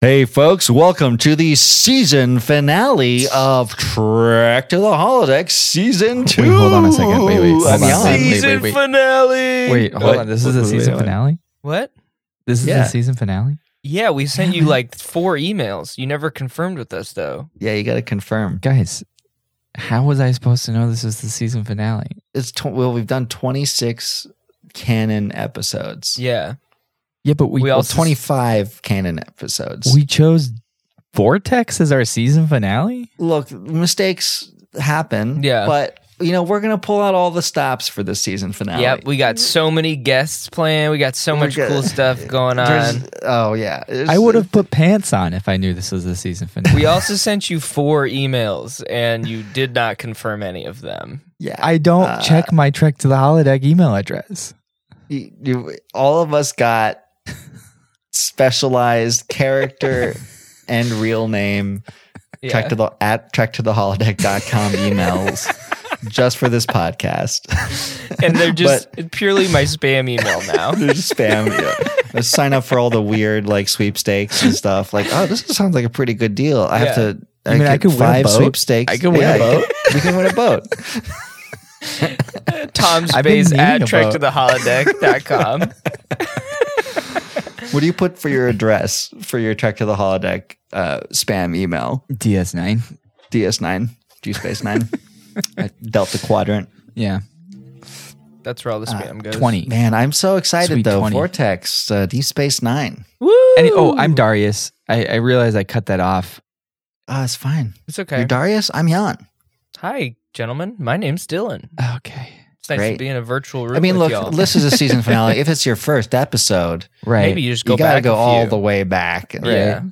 Hey, folks, welcome to the season finale of Trek to the Holodeck Season 2. Wait, hold on a second. Wait, wait, of hold on, hold on. Beyond. Wait, season wait. finale. Wait, hold What? on. This is a Wait, season wait. finale. what? This is Yeah. the season finale. Yeah, we sent you like four emails. You never confirmed with us though. Yeah, you got to confirm. Guys, how was I supposed to know this was the season finale? It's tw- well, we've done 26 canon episodes. Yeah, Yeah, but we, We Well, also- 25 canon episodes. we chose Vortex as our season finale. Look, mistakes happen. Yeah. But, you know, we're going to pull out all the stops for this season finale. yep. We got so many guests playing. We got so We're much good. cool stuff going There's- on. oh, yeah. There's- I would have put pants on if I knew this was the season finale. We also sent you four emails, and you did not confirm any of them. Yeah. I don't Uh, check my Trek to the Holodeck email address. you, you, all of us got specialized character and real name Yeah. trek to the at trek to the holodeck.com emails just for this podcast and they're just purely my spam email now. There's spam I sign up for all the weird like sweepstakes and stuff like oh this sounds like a pretty good deal i have Yeah. to I mean, I could get win a five boat. sweepstakes I could win a boat. we can win a boat Tom I've been Space at meaning trek about- to the holodeck.com. what do you put for your address for your trek to the holodeck uh, spam email DS9. DS9, G Space 9, uh, Delta Quadrant. Yeah. That's where all the spam goes. 20. Man, I'm so excited Sweet though. 20. Vortex, uh, D Space 9. Woo! Any, oh, I'm Darius. I, I realized I cut that off. Ah, it's fine. It's okay. You're Darius, I'm Jan. Hi, gentlemen. My name's Dylan. Okay. It's nice Great. to be in a virtual room. I mean, with look, y'all. this is a season finale. if it's your first episode, Right. maybe you just go you got to back go a all few. the way back. Right. Yeah.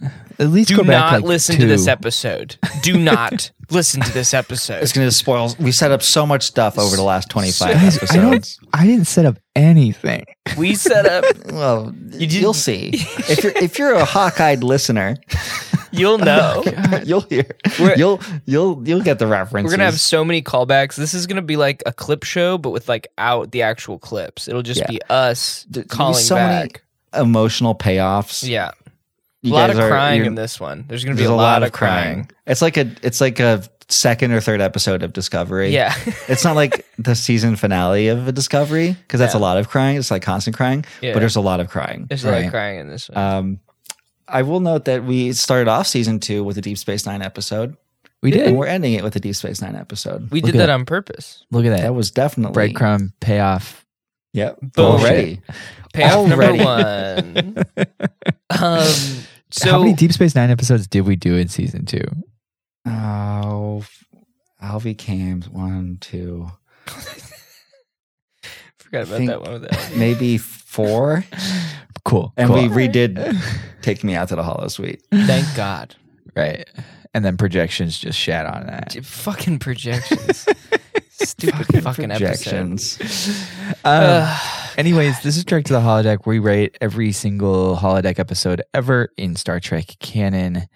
At least Do go back, not like, listen two. to this episode. Do not listen to this episode. It's going to spoil. We set up so much stuff over the last 25 Guys, I don't. episodes. I didn't set up anything. We set up. Well, you did- will see. if you're if you're a hawk-eyed listener, Oh You'll know. you'll hear. We're- you'll you'll you'll get the references. We're gonna have so many callbacks. This is gonna be like a clip show, but with like out the actual clips. It'll just Yeah. be us There'll be calling so many back. emotional payoffs. yeah, You a lot guys of are- crying you're- in this one. There's gonna be There's a, lot, of crying. It's like a it's like a second or third episode of Discovery. Yeah, It's not like the season finale of a Discovery because that's a lot of crying. It's like constant crying, yeah. but there's a lot of crying. there's a lot Right. of crying in this one. Um, I will note that we started off season two with a Deep Space Nine episode, We did. and we're ending it with a Deep Space Nine episode. we look did at that that. on purpose. Look at That that was definitely breadcrumb payoff. Yep, Bullshit. already. Payoff Already. number one. um, so How many Deep Space Nine episodes did we do in season two? Oh, Alvy came one, two, forgot about think- that one. With that. maybe four, Cool. and cool. we redid "Take Me Out to the Hollow Suite." Thank God. right, and then projections just shat on that. Dude, fucking projections. Stupid fucking, episode. projections. Um, Ugh. anyways, this is Trek to the Holodeck. We rate every single holodeck episode ever in Star Trek canon.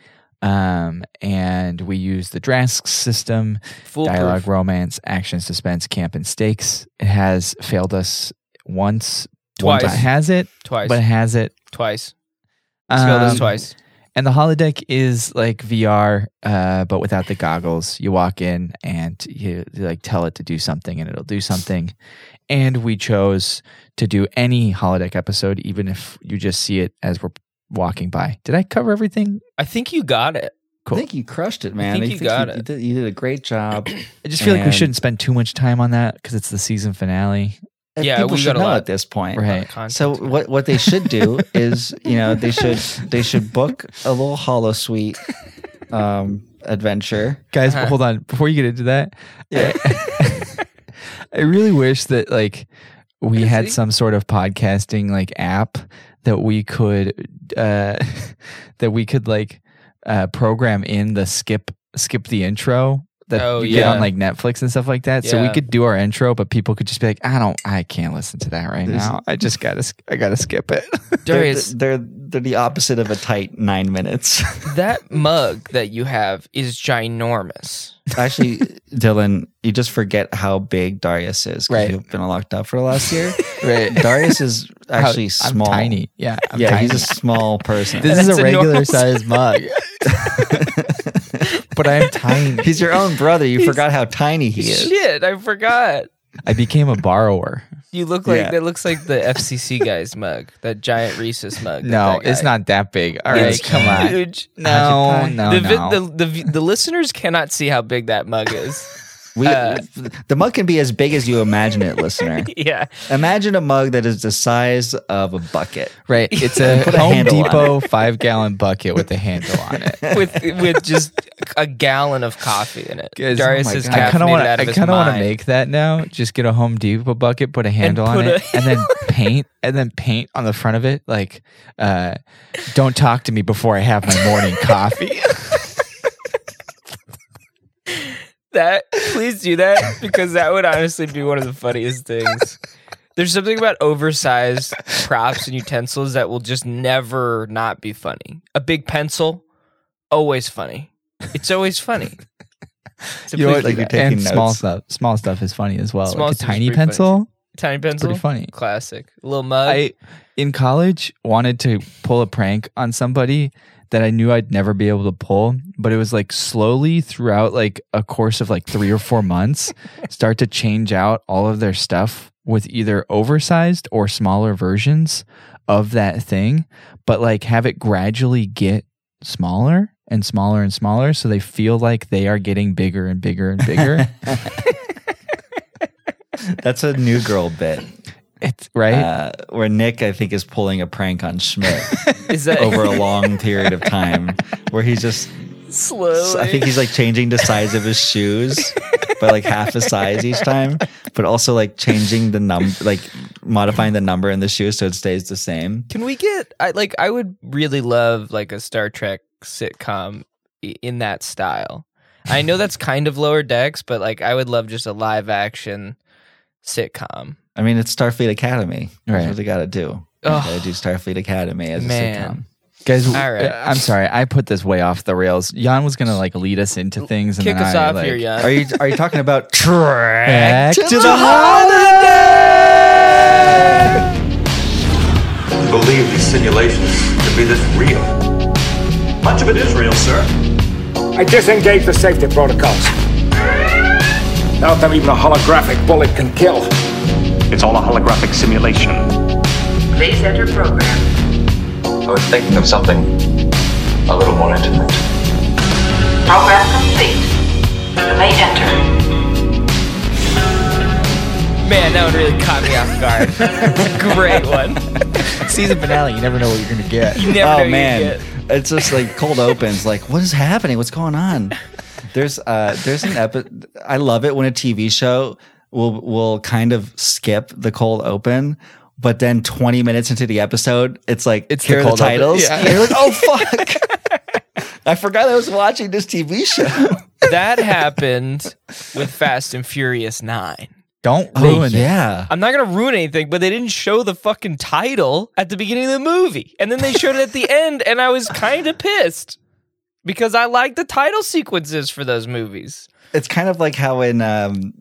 Um, and we use the Drask system Foolproof. Uh, dialogue, romance, action, suspense, camp, and stakes. It has failed us once, one Twice. time. Has it? twice. But it has it. twice. It's failed us Um, twice. And the holodeck is like VR, uh, but without the goggles. You walk in and you, you, like tell it to do something, and it'll do something. And we chose to do any holodeck episode, even if you just see it as we're walking by. Did I cover everything? I think you got it. Cool. I think you crushed it, man. think you got you it. did, you did a great job. I just feel like we And- shouldn't spend too much time on that because it's the season finale. And Yeah, people we should got a know lot. at this point. Right. Uh, content. So what what they should do is, you know, they should they should book a little hollow suite um adventure. guys Uh-huh. hold on before you get into that Yeah. i really wish that like we Is had he? some sort of podcasting like app that we could uh that we could like uh program in the skip skip the intro that Oh, you get yeah. on like Netflix and stuff like that. So we Yeah. could do our intro, but people could just be like, I don't, I can't listen to that right There's- now. I just gotta, sk- I gotta skip it. They're, Darius, they're they're the opposite of a tight nine minutes. that mug that you have is ginormous. Actually, Dylan, you just forget how big Darius is. 'cause Right. you've been locked up for the last year. right. Darius is actually I'm small. tiny. Yeah. I'm yeah, tiny. he's a small person. this is That's a a normal regular size mug, but I'm tiny. He's your own brother. You forgot how tiny he is. Shit, I forgot. I became a borrower. You look like Yeah. that looks like the FCC guy's mug, that giant Reese's mug. that No, that guy- it's not that big. All right, It's come on. huge. No, Occupy. no, the, no. vi- the, the vi- the listeners cannot see how big that mug is. We, Uh, the mug can be as big as you imagine it, listener. yeah, Imagine a mug that is the size of a bucket. right, it's a Put a Home handle on Depot five gallon bucket with a handle on it. with with just a gallon of coffee in it. 'Cause, Darius oh my is God. I kind caffeinated of want out to. I of his kind of want to mind. make that now. Just get a Home Depot bucket, put a handle on put it, a- and then paint, and then paint on the front of it. Like, uh, don't talk to me before I have my morning coffee. that. Please do that because that would honestly be one of the funniest things. There's something about oversized props and utensils that will just never not be funny. A big pencil, always funny. It's always funny. So You know please what? like do you're that. taking and small notes. stuff. Small stuff is funny as well. Small like a stuff is tiny pretty funny. pencil, tiny pencil, pretty funny. classic. Little mug. I in college wanted to pull a prank on somebody that I knew I'd never be able to pull, but it was like slowly throughout like a course of like 3 or 4 months start to change out all of their stuff with either oversized or smaller versions of that thing, but like have it gradually get smaller and smaller and smaller so they feel like they are getting bigger and bigger and bigger. That's a new girl bit. it's right? Uh, where Nick, I think, is pulling a prank on Schmidt is that over a long period of time. Where he's just, slowly? I think he's like changing the size of his shoes by like half a size each time, but also like changing the number, like modifying the number in the shoe so it stays the same. Can we get I like I would really love like a Star Trek sitcom i- in that style. I know that's kind of lower decks, but like I would love just a live action sitcom. I mean, it's Starfleet Academy. That's Right. what they got to do. They Ugh. got to do Starfleet Academy as Man. a sitcom. Guys, w- All right. uh, I'm sorry. I put this way off the rails. Jan was gonna like lead us into things, and Kick then us I, off like, here, Jan. Are you are you talking about track? Back to, the the holiday. who believe these simulations to be this real. Much of it is real, sir. I disengage the safety protocols. Not that even a holographic bullet can kill. It's all a holographic simulation. Please enter program. I was thinking of something a little more intimate. Program complete. You may enter. Man, that one really caught me off guard. That's a great one. Season finale. You never know what you're gonna get. You never know Oh you man, get. it's just like cold opens. Like, what is happening? What's going on? There's uh, there's an epi- I love it when a TV show will will kind of skip the cold open. But then 20 minutes into the episode, it's like It's the here are cold the open. titles. Yeah. And you're like, oh fuck! I forgot I was watching this TV show. That happened with Fast and Furious 9. Don't ruin it. yeah. I'm not gonna ruin anything, but they didn't show the fucking title at the beginning of the movie, and then they showed it at the end, and I was kind of pissed because I like the title sequences for those movies. it's kind of like how in um,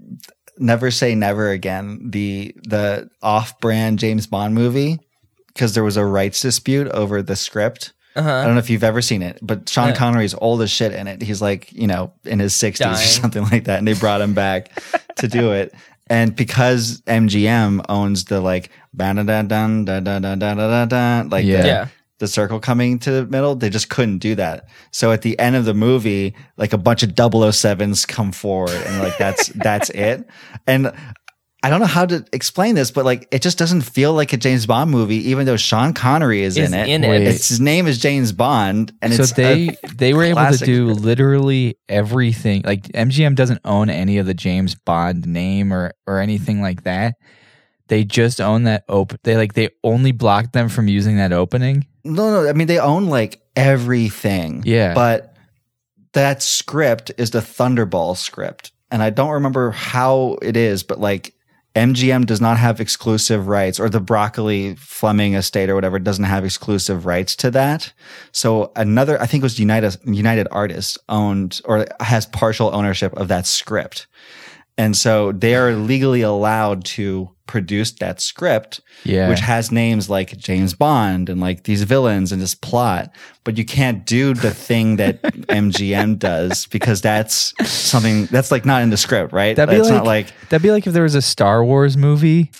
Never Say Never Again, the the off-brand James Bond movie, because there was a rights dispute over the script. I don't know if you've ever seen it, but Sean Uh-huh. Yeah. Connery's old as shit in it. He's like, you know, in his 60s or Dying. something like that. And they brought him back to do it. And because MGM owns the like, dun dun dun dun dun dun dun dun dun, like Yeah. the, Yeah. the circle coming to the middle, they just couldn't do that. So at the end of the movie, like a bunch of 007s come forward and like that's that's it. And I don't know how to explain this, but like it just doesn't feel like a James Bond movie, even though Sean Connery is, Is in it. in it. It's, his name is James Bond, and so it's they a- they were able to classic. do literally everything. Like MGM doesn't own any of the James Bond name or or anything like that. They just own that open. They like they only blocked them from using that opening. no, no. I mean, they own like everything. Yeah. but that script is the Thunderball script. And I don't remember how it is, but like MGM does not have exclusive rights or the Broccoli Fleming estate or whatever doesn't have exclusive rights to that. So another, I think it was United, United Artists owned or has partial ownership of that script. And so they are legally allowed to produce that script Yeah. which has names like James Bond and like these villains and this plot, but you can't do the thing that MGM does because that's something that's like not in the script, right? That'd be That's like, not like that'd be like if there was a Star Wars movie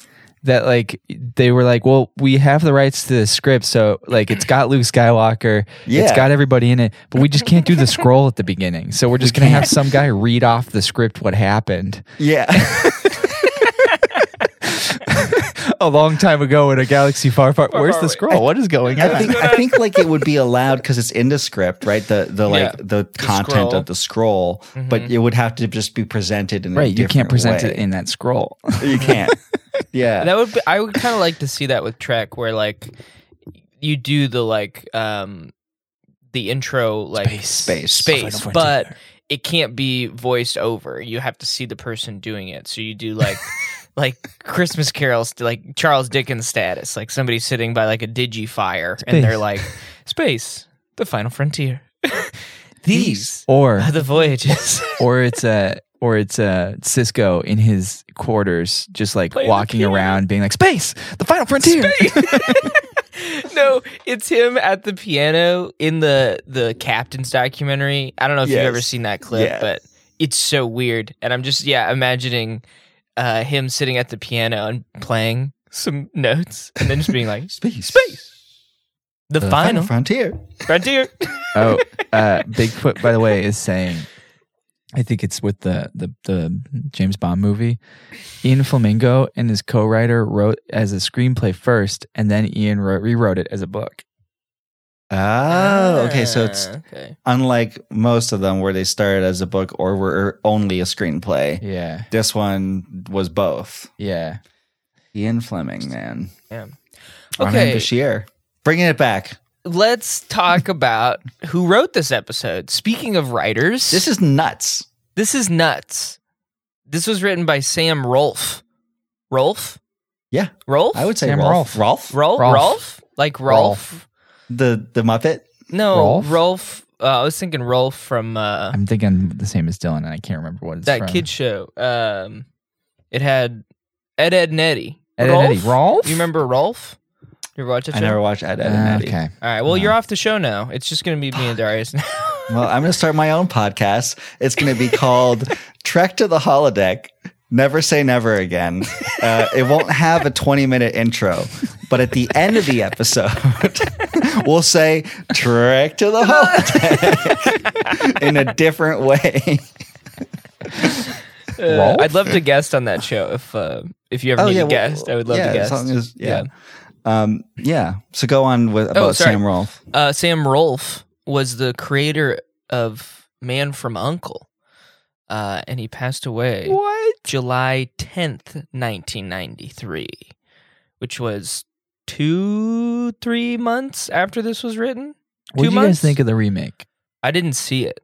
that like they were like, well, we have the rights to the script, so like it's got Luke Skywalker, it's Yeah. got everybody in it, but we just can't do the scroll at the beginning, so we're just gonna have some guy read off the script what happened yeah, a long time ago in a galaxy far, far. where's far the away. scroll? What is going I on? think I think like it would be allowed because it's in the script, right? The the like Yeah. the, content scroll. of the scroll, but it would have to just be presented in a Mm-hmm. Right, you can't different present way. it in that scroll. you can't. Yeah, That would be, I would kind of like to see that with Trek, where like you do the like um the intro like space space, but it can't be voiced over. You have to see the person doing it. So you do like like Christmas carols, like Charles Dickens status, like somebody sitting by like a digi fire and they're Space. like space, the final frontier. These or are the voyages. or it's a or it's a Cisco in his quarters, just like Playing the walking piano. around, being like, "Space, the final frontier." no, it's him at the piano in the the captain's documentary. I don't know if you've Yes. ever seen that clip, Yeah. but it's so weird. And I'm just yeah, imagining uh, him sitting at the piano and playing some notes, and then just being like space, space, the, the final, frontier. frontier. oh, uh, Bigfoot, by the way, is saying, I think it's with the the the James Bond movie. Ian Flamingo and his co-writer wrote as a screenplay first, and then Ian wrote, rewrote it as a book. Oh, okay. So it's Ah, okay. unlike most of them where they started as a book or were only a screenplay Yeah, this one was both yeah. ian fleming man Ronan Okay, Bashir. bringing it back let's talk about who wrote this episode. Speaking of writers, this is nuts This is nuts. This was written by Sam Rolfe. Rolfe? Yeah, Rolfe? i would say Sam rolf rolf, Rolf? Rolfe. Rolf? Like Rolf? the the muppet No, Rolf? Rolf. uh, I was thinking Rolf from uh, I'm thinking the same as Dylan, and I can't remember what it's that from. kid show. Um, it had Ed, Ed, and Eddie. Ed, Ed, Eddie. Rolf? You remember Rolf? You ever watch that i show? never watched ed, Ed and Uh, Eddie. okay. All right, well, you're off the show now. It's just going to be me and Darius now. well i'm gonna start my own podcast it's gonna be called trek to the holodeck Never say never again. Uh, it won't have a 20 minute intro, but at the end of the episode, we'll say Trek to the Holodeck in a different way. Uh, Rolf? I'd love to guest on that show if uh, if you ever need a well, guest. I would love Oh, yeah, to as guest. long as- yeah. Um, yeah. So go on with about Oh, sorry. Sam Rolfe. uh, Sam Rolfe was the creator of Man from Uncle, uh, and he passed away What? July tenth, nineteen ninety three, which was two three months after this was written. What do two you months. guys think of the remake? I didn't see it.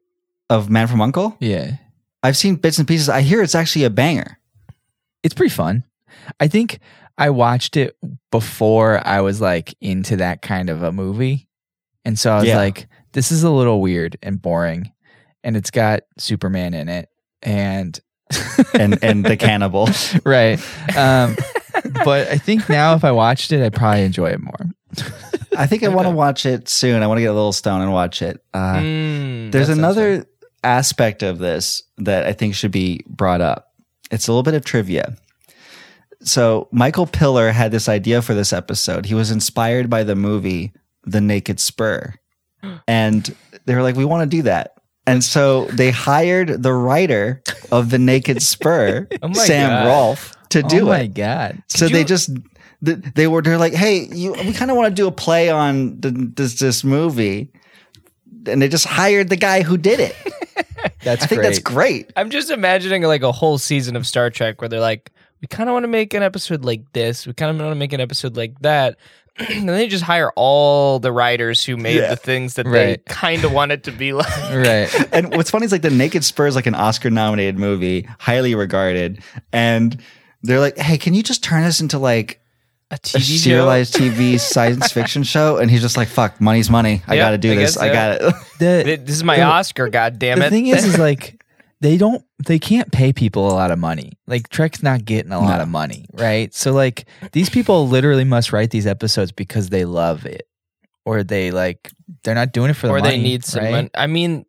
Of Man from Uncle? Yeah. I've seen bits and pieces. I hear it's actually a banger. it's pretty fun. I think I watched it before I was like into that kind of a movie. And so I was Yeah. like, this is a little weird and boring. And it's got Superman in it. And And and the cannibal. right. Um, but I think now if I watched it, I'd probably enjoy it more. I think I want to watch it soon. I want to get a little stone and watch it. Uh, Mm, There's that sounds another aspect of this that I think should be brought up. It's a little bit of trivia. So Michael Pillar had this idea for this episode. He was inspired by the movie The Naked Spur. And they were like, we want to do that. And so they hired the writer of The Naked Spur, Oh my Sam God. Rolfe, to oh do my it. God. So Could they you- just th- they were they're like, hey, you, we kind of want to do a play on the, this this movie, and they just hired the guy who did it. That's I think great. that's great. I'm just imagining like a whole season of Star Trek where they're like, we kind of want to make an episode like this. We kind of want to make an episode like that. and they just hire all the writers who made Yeah. the things that Right. they kind of want it to be like. Right. and what's funny is like the Naked Spur is like an Oscar nominated movie, highly regarded, and they're like, "Hey, can you just turn this into like A a TV serialized TV science fiction show?" And he's just like, "Fuck, money's money. I Yeah, got to do I this. guess I so. got it." The, Th- This is my The- Oscar, God damn it! the thing is, is like they don't, they can't pay people a lot of money. Like Trek's not getting a lot of money, right? So like these people literally must write these episodes because they love it, or they like they're not doing it for the or money, they need some right? money. I mean,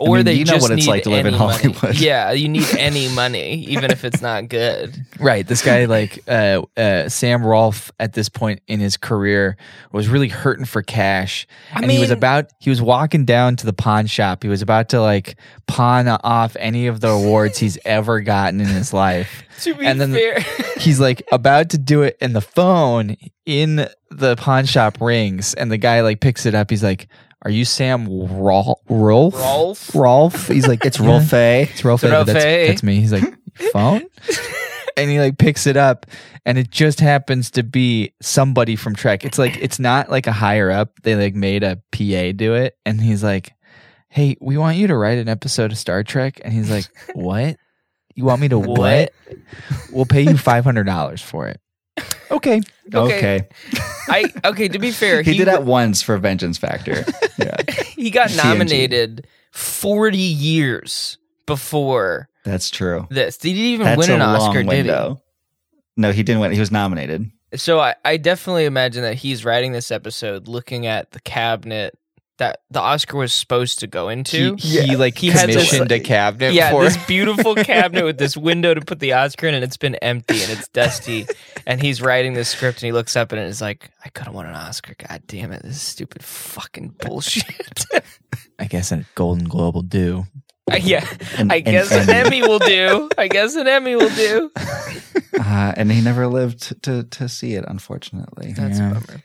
or mean, they you know just what it's need like to live in any money. Hollywood. Yeah, you need any money, even if it's not good. Right. This guy, like uh, uh, Sam Rolfe, at this point in his career, was really hurting for cash, I and he was mean- about he was walking down to the pawn shop. He was about to like pawn off any of the awards he's ever gotten in his life. to be And then- fair, He's like about to do it, and the phone in the pawn shop rings, and the guy like picks it up. He's like, "Are you Sam Rolfe? Rolfe? Rolf. Rolfe?" He's like, It's Rolfe. it's Rolfe. but That's, Rolfe. that's me. He's like, phone? and he like picks it up and it just happens to be somebody from Trek. It's like, it's not like a higher up. They like made a PA do it. And he's like, hey, we want you to write an episode of Star Trek. And he's like, what? You want me to what? What? We'll pay you $500 for it. Okay. Okay. I okay. To be fair, He, did that once for Vengeance Factor. yeah. He got CNG. nominated forty years before That's true. this. He didn't even That's win a an long Oscar, did he? window. No, he didn't win. He was nominated. So I, I definitely imagine that he's writing this episode looking at the cabinet that the Oscar was supposed to go into. He, he like He had this, commissioned a cabinet yeah, for this beautiful cabinet with this window to put the Oscar in, and it's been empty and it's dusty. and he's writing this script, and he looks up and is like, "I could have won an Oscar. God damn it! This is stupid fucking bullshit." I guess a Golden Globe will do. yeah, An- I an guess an Emmy will do. I guess an Emmy will do. Uh, and he never lived to, to see it, unfortunately. That's Yeah. a bummer.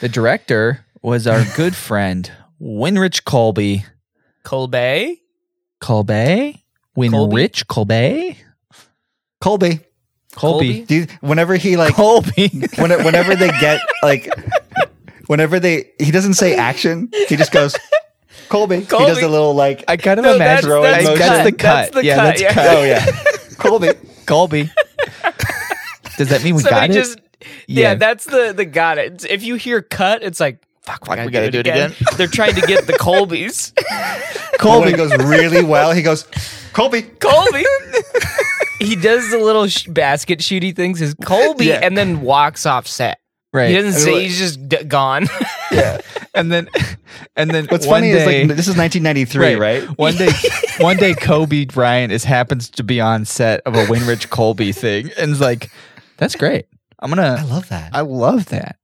The director was our good friend Winrich Colby. Colby, Colby? Winrich Colby? Colby. Colby. Do you, whenever he like Colby. when, whenever they get like whenever they he doesn't say action, he just goes Colby. Colby. He does a little like I kind of No, imagine that's- that's, that's the cut. That's cut. the yeah, cut, that's yeah. cut. oh yeah. Colby. Colby. Does that mean we somebody got it? just yeah. that's the the got it. If you hear cut, it's like. Fuck, why We we gotta gotta do it again? They're trying to get the Colbys. Colby goes really well. He goes Colby. Colby. he does the little sh- basket shooty things. Is Colby, Yeah. and then walks off set. right. He doesn't I mean, say like- he's just d- gone. and then and then What's one funny day, is like this is 1993, right? One day, one day, Kobe Bryant is happens to be on set of a Winrich Colby thing, and is like, "That's great. I'm gonna. I love that. I love that."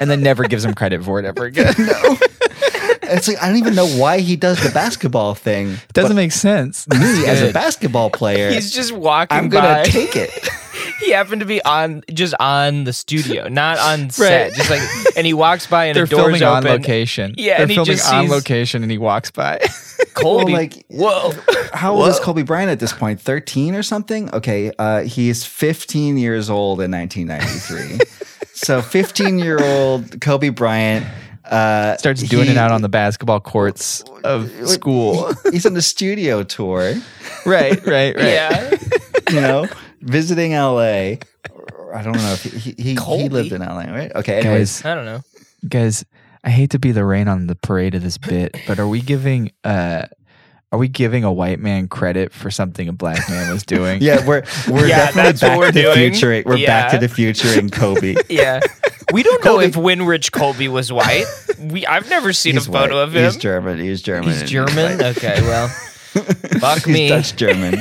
and then never gives him credit for it ever again. it's like I don't even know why he does the basketball thing. Doesn't make sense. me as a basketball player. he's just walking I'm by. gonna take it. he happened to be on just on the studio, not on set. Just like, and he walks by and They're the doors filming on open. location. Yeah, they're and he filming just on sees- location, and he walks by. Well, Colby, like- whoa, How old is Kobe Bryant at this point? 13 or something? Okay. Uh, he is 15 years old in 1993. so 15 year old Kobe Bryant uh, Starts doing he- it out on the basketball courts of school. He's on the studio tour, right, right, right. yeah. you know, visiting LA. I don't know if he, he, he, Kobe? he lived in LA, right? Okay. Anyways, Guys, I don't know. guys, I hate to be the rain on the parade of this bit, but are we giving uh are we giving a white man credit for something a black man was doing? yeah, we're we're Yeah, definitely that's what back we're to the doing. future. We're back to Yeah. the future in Kobe. Yeah, we don't know Colby- if Winrich Colby was white. We I've never seen a photo white. of him. He's German. He's German. He's German. Okay, well, fuck he's me. Dutch German,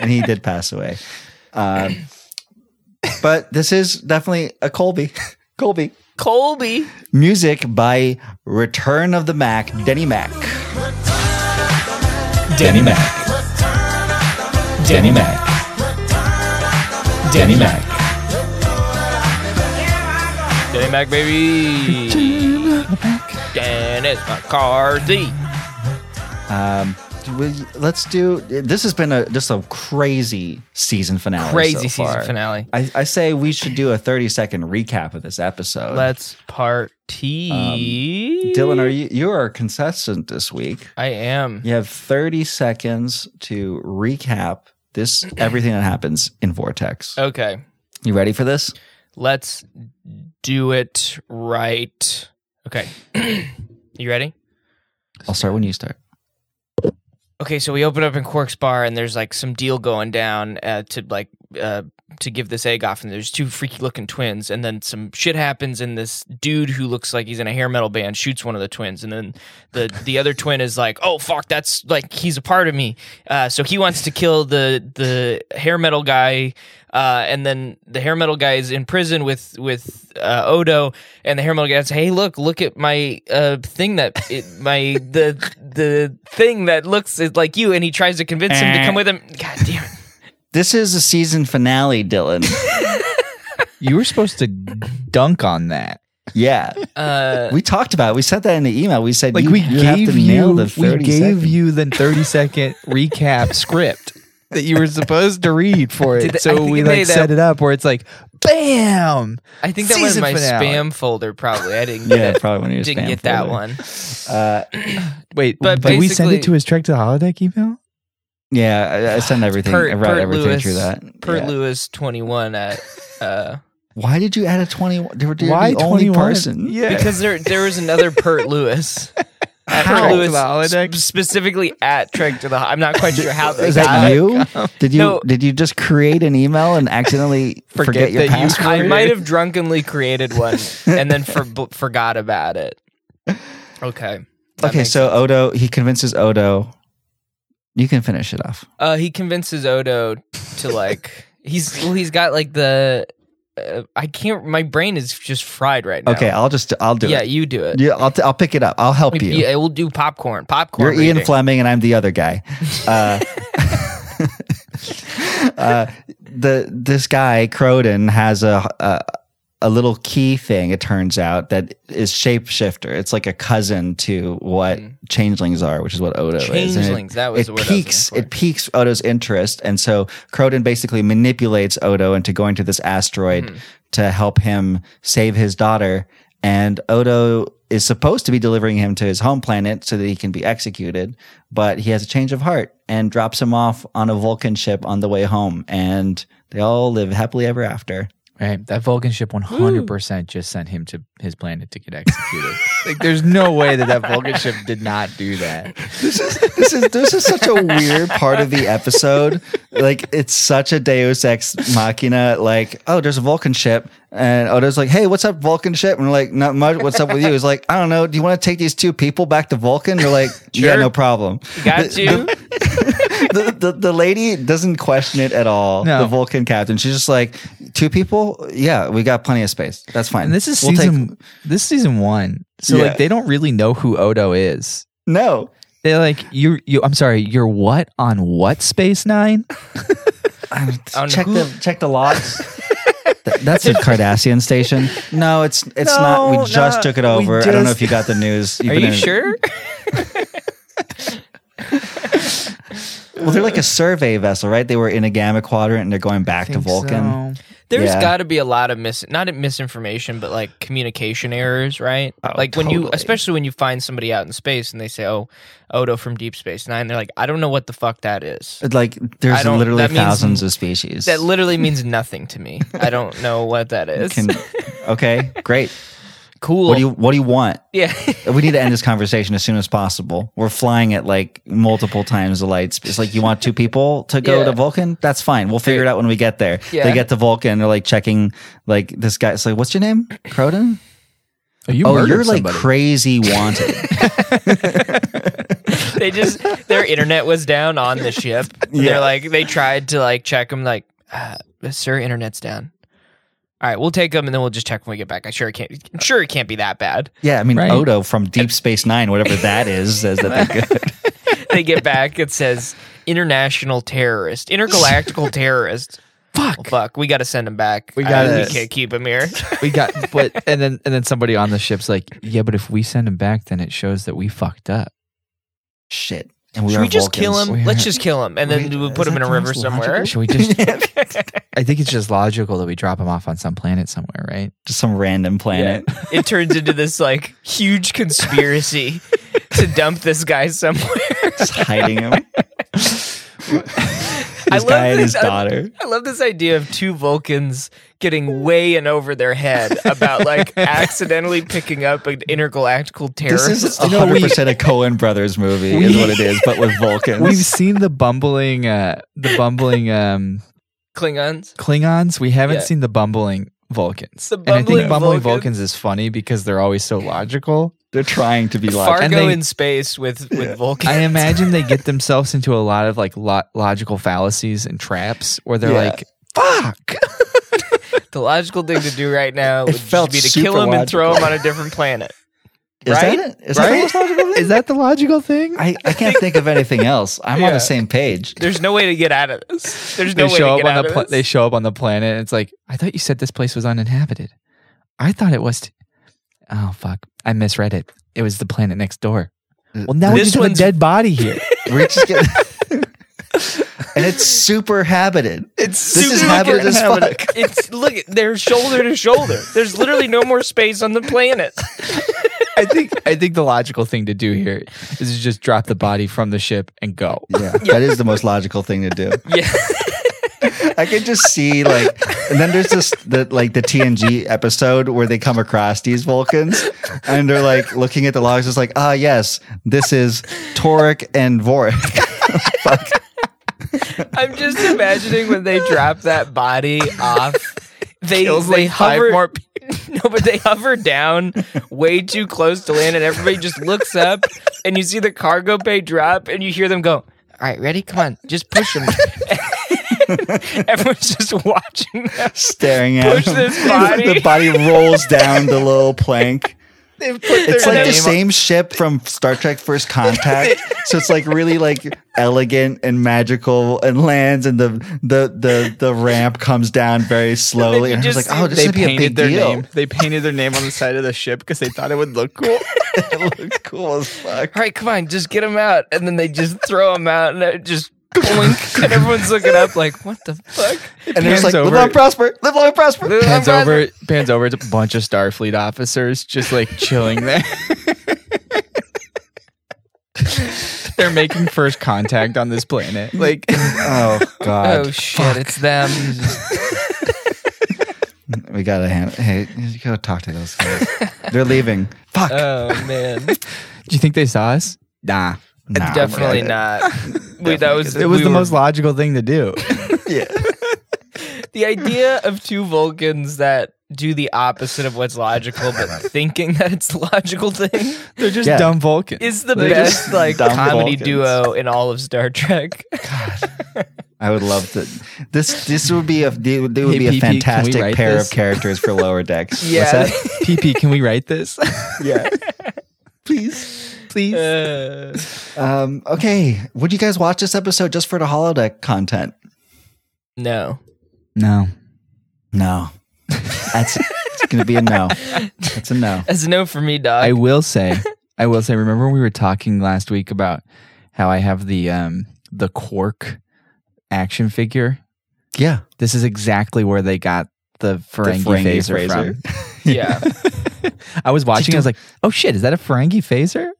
and he did pass away. Um, but this is definitely a Colby. Colby Colby. music by Return of the Mac, Denny Mac. Danny Mac. Danny Mac. Danny Mac. Danny Mac, baby. Dennis McCarthy. Um, we, let's do. This has been a just a crazy season finale. Crazy so season far. finale. I, I say we should do a thirty second recap of this episode. Let's party. Dylan, are you you are consistent this week? I am. You have thirty seconds to recap this everything that happens in Vortex. Okay. You ready for this? Let's do it right. Okay. you ready? I'll start when you start. Okay, so we open up in Quark's bar, and there's like some deal going down uh, to like uh, to give this egg off, and there's two freaky looking twins, and then some shit happens, and this dude who looks like he's in a hair metal band shoots one of the twins, and then the the other twin is like, oh fuck, that's like he's a part of me, uh, so he wants to kill the the hair metal guy, uh, and then the hair metal guy is in prison with with uh, Odo, and the hair metal guy says, "Hey, look, look at my uh, thing that it, my the the thing that looks is like you," and he tries to convince him to come with him. God damn it! This is the season finale, Dylan. You were supposed to dunk on that. yeah, Uh, we talked about. it. We said that in the email. We said Like you, we you have to gave nail you, the we 30 gave seconds. you the thirty second recap script that you were supposed to read for it. Did they- I so think we they like that- set it up where it's like, bam. I think that was Season my finale. spam folder. Probably I didn't get Yeah, it. probably when you Didn't get that one. Uh, Wait, But but did we send it basically- to his Trek to the Holodeck email? Yeah, I, I send everything. I Pert, write Pert everything Lewis, through that. Pert Yeah. Lewis twenty one at. Uh, Why did you add a 21? They were they were Why the only 21? person. Yeah. because there there was another Pert Lewis. At How? Pert Lewis, To the holodeck? sp- specifically at Trek to the. Ho- I'm not quite sure how they Is got that it. you? Did you No. did you just create an email and accidentally forget, Forget your that you password? I might have drunkenly created one and then for, forgot about it. Okay. That okay, makes- so Odo he convinces Odo. You can finish it off. uh, he convinces Odo to like he's well, he's got like the uh, I can't. My brain is just fried right now. Okay, I'll just I'll do yeah, it. you do it. Yeah, I'll t- I'll pick it up. I'll help you. Yeah, we'll do popcorn. Popcorn. You're Ian reading. Fleming, and I'm the other guy. Uh, uh, the this guy Croden has a, a a little key thing. It turns out that is shapeshifter. It's like a cousin to what changelings are, which is what Odo is. And it- Hmm. Changelings, that was it the word I was looking piques for. it piques Odo's interest, and so Croden basically manipulates Odo into going to this asteroid Hmm. to help him save his daughter. And Odo is supposed to be delivering him to his home planet so that he can be executed, but he has a change of heart and drops him off on a Vulcan ship on the way home, and they all live happily ever after. Right. That Vulcan ship 100% just sent him to his planet to get executed. like, there's no way that that Vulcan ship did not do that. this is this is such a weird part of the episode. Like it's such a Deus ex machina. Like oh, there's a Vulcan ship, and Odo's like, hey, what's up, Vulcan ship? And we're like, not much. What's up with you? He's like, I don't know. Do you want to take these two people back to Vulcan? They're like, yeah, Sure. no problem. Got The- you. The, the, the lady doesn't question it at all. No. The Vulcan captain. She's just like, two people. Yeah, we got plenty of space. That's fine. And this is We'll take- season this is season 1. So Yeah. like they don't really know who Odo is. no. They're like you you I'm sorry, you're what on what Space 9? On check who- the check the logs. Th- That's a Cardassian station. No, it's it's not. No, We just no, took it we over. I don't know just- if you got the news. You've Are been you in- sure? Well, they're like a survey vessel, right? They were in a gamma quadrant and they're going back to Vulcan. There's Yeah. got to be a lot of mis not misinformation, but like communication errors, right? like when you, Oh, totally. especially when you find somebody out in space and they say, "Oh, Odo from Deep Space Nine. they're like, "I don't know what the fuck that is." It's Like I there's don't- literally that means- thousands of species. That literally means nothing to me. I don't know what that is. Can- okay, great. cool. What do you what do you want? yeah. We need to end this conversation as soon as possible. We're flying at like multiple times the lights. It's like you want two people to go Yeah. to Vulcan? That's fine. We'll figure it out when we get there. Yeah. They get to Vulcan. They're like checking like this guy. It's like, what's your name? Croden? Oh, you Oh, murdered you're like somebody. crazy wanted. they just their internet was down on the ship. Yeah. They're like they tried to like check them. Like, uh, sir, internet's down. All right, we'll take them and then we'll just check when we get back. I sure it can't. I'm sure it can't be that bad. yeah, I mean Right. Odo from Deep Space Nine, whatever that is, says that they're good. they get back. It says international terrorist, intergalactical terrorist. Fuck, fuck. We got to send him back. We gotta- we can't keep him here. we got but and then and then somebody on the ship's like, "Yeah, but if we send him back then it shows that we fucked up." Shit. And Should are we just kill Vulcans. him? Let's just kill him, and then Wait, we'll is put him that in a the river most somewhere. logical- Should we just? I think it's just logical that we drop him off on some planet somewhere, right? Just some random planet. it turns into this like huge conspiracy to dump this guy somewhere. just hiding him. I This love guy and his this- I- daughter. I love this idea of two Vulcans getting way and over their head about like accidentally picking up an intergalactical This terrorist. is You know, we- 100% a Cohen Brothers movie, is We- what it is, but with We've Vulcans. seen the bumbling, uh, the bumbling um, Klingons. Klingons. We haven't Yeah. seen the bumbling Vulcans. The and I think bumbling bumbling Vulcans. Vulcans is funny because they're always so logical. They're trying to be Fargo logical. And they- in space with with Vulcans. I imagine they get themselves into a lot of like lo- logical fallacies and traps where they're Yeah. like, "Fuck." the logical thing to do right now would felt just be to kill super him and throw him on a different planet. Is that right? it? Is that the most logical thing? Is that the logical thing? I, I can't think of anything else. I'm on the same page. There's no way to get out of this. There's no they way show to up get on out the of pla- this. they show up on the planet. And it's like I thought you said this place was uninhabited. I thought it was. T- oh fuck! I misread it. It was the planet next door. Well, now we This just have a one's- dead body here. We're just getting. and it's super habited. It's This is super habited as habited. fuck. It's look, they're shoulder to shoulder. There's literally no more space on the planet. I think I think the logical thing to do here is to just drop the body from the ship and go. Yeah, that is the most logical thing to do. Yeah. I could just see like, and then there's this the like the TNG episode where they come across these Vulcans, and they're like looking at the logs, it's like, ah, yes, this is Toric and Vorik. I'm just imagining when they drop that body off. They Kills, they like, five hover more no, but they hover down way too close to land, and everybody just looks up, and you see the cargo bay drop, and you hear them go. All right, ready? Come on, just push them. Everyone's just watching them. staring at Push him. this body. the body rolls down the little plank. It's like the same ship from Star Trek First Contact. so it's like really like elegant and magical and lands and the the the the ramp comes down very slowly you and I was like, just see oh, this they would be a big painted their deal. name. They painted their name on the side of the ship because they thought it would look cool. it looks cool as fuck. all right, come on, just get them out. And then they just throw them out and it just blink. And everyone's looking up like, what the fuck? And it's pans like, live over- long and prosper, live long and prosper. Pans over, pans over to a bunch of Starfleet officers just like chilling there. They're making first contact on this planet. Like Oh god, Oh shit, it's them. we gotta hand. Hey, you go talk to those guys. They're leaving. Fuck. Oh man. Do you think they saw us? Nah. Nah, we're Definitely good. not. Wait, that was It was we the were- most logical thing to do. the idea of two Vulcans that do the opposite of what's logical, but thinking that it's the logical thing They're just Yeah. dumb Vulcans. is the They're best just like dumb comedy Vulcans. duo in all of Star Trek. I would love to. This this would be a they would, they would Hey, be a PP, can we fantastic write pair this? of characters for lower decks. Yeah. What's that? PP, can we write this? Yeah. Please. Please. Uh, Um, okay. Would you guys watch this episode just for the holodeck content? no. no. No. That's it's gonna be a no. That's a no. That's a no for me, dog. I will say, I will say, remember when we were talking last week about how I have the um the quark action figure? Yeah. This is exactly where they got the Ferengi, Ferengi phaser, phaser. yeah. from. I was watching, I was like, oh shit, is that a Ferengi phaser?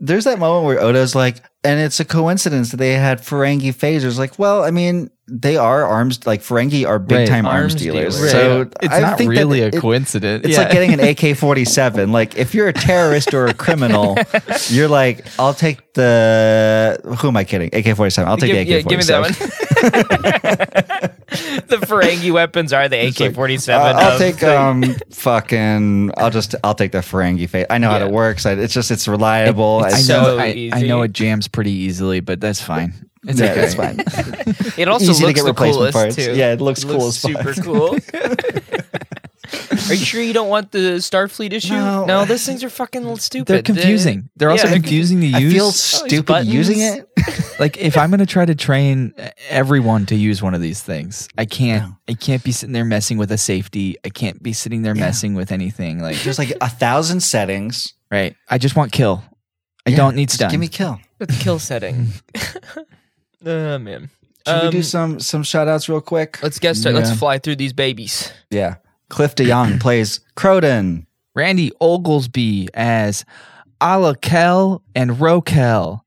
There's that moment where Oda's like, and it's a coincidence that they had Ferengi phasers. Like, well, I mean, they are arms like Ferengi are big time Right. arms, Arms dealers. dealers. So Right. It's I not think that really it- a coincidence. It's like Yeah. getting an AK 47. Like, if you're a terrorist or a criminal, you're like, I'll take the. Who am I kidding? AK 47. I'll take Give- the yeah, AK 47. give me that one. the Ferengi weapons are the AK forty seven. I'll take um fucking I'll just I'll take the Ferengi fate. I know how Yeah. it works. I, it's just it's reliable. I know, It's so I, I easy. know it jams pretty easily, but that's fine. It's yeah, okay. it's fine. It also easy to looks get the replacement coolest parts. too. Yeah, it looks cool as fuck. super cool. are you sure you don't want the Starfleet issue? No. No, those things are fucking stupid. They're confusing. They're also yeah. confusing to use. I feel stupid buttons. using it. like if I'm gonna try to train everyone to use one of these things, I can't. I can't be sitting there messing with a safety. I can't be sitting there messing with anything. Like There's like a thousand settings. right, I just want kill. I Yeah, don't need just stun. Give me kill. But the kill setting. oh man. Should we do Um, some some shout outs real quick? Let's get started. Yeah. Let's fly through these babies. Yeah. Cliff DeYoung plays Croden. Randy Oglesby as Alakel and Rokel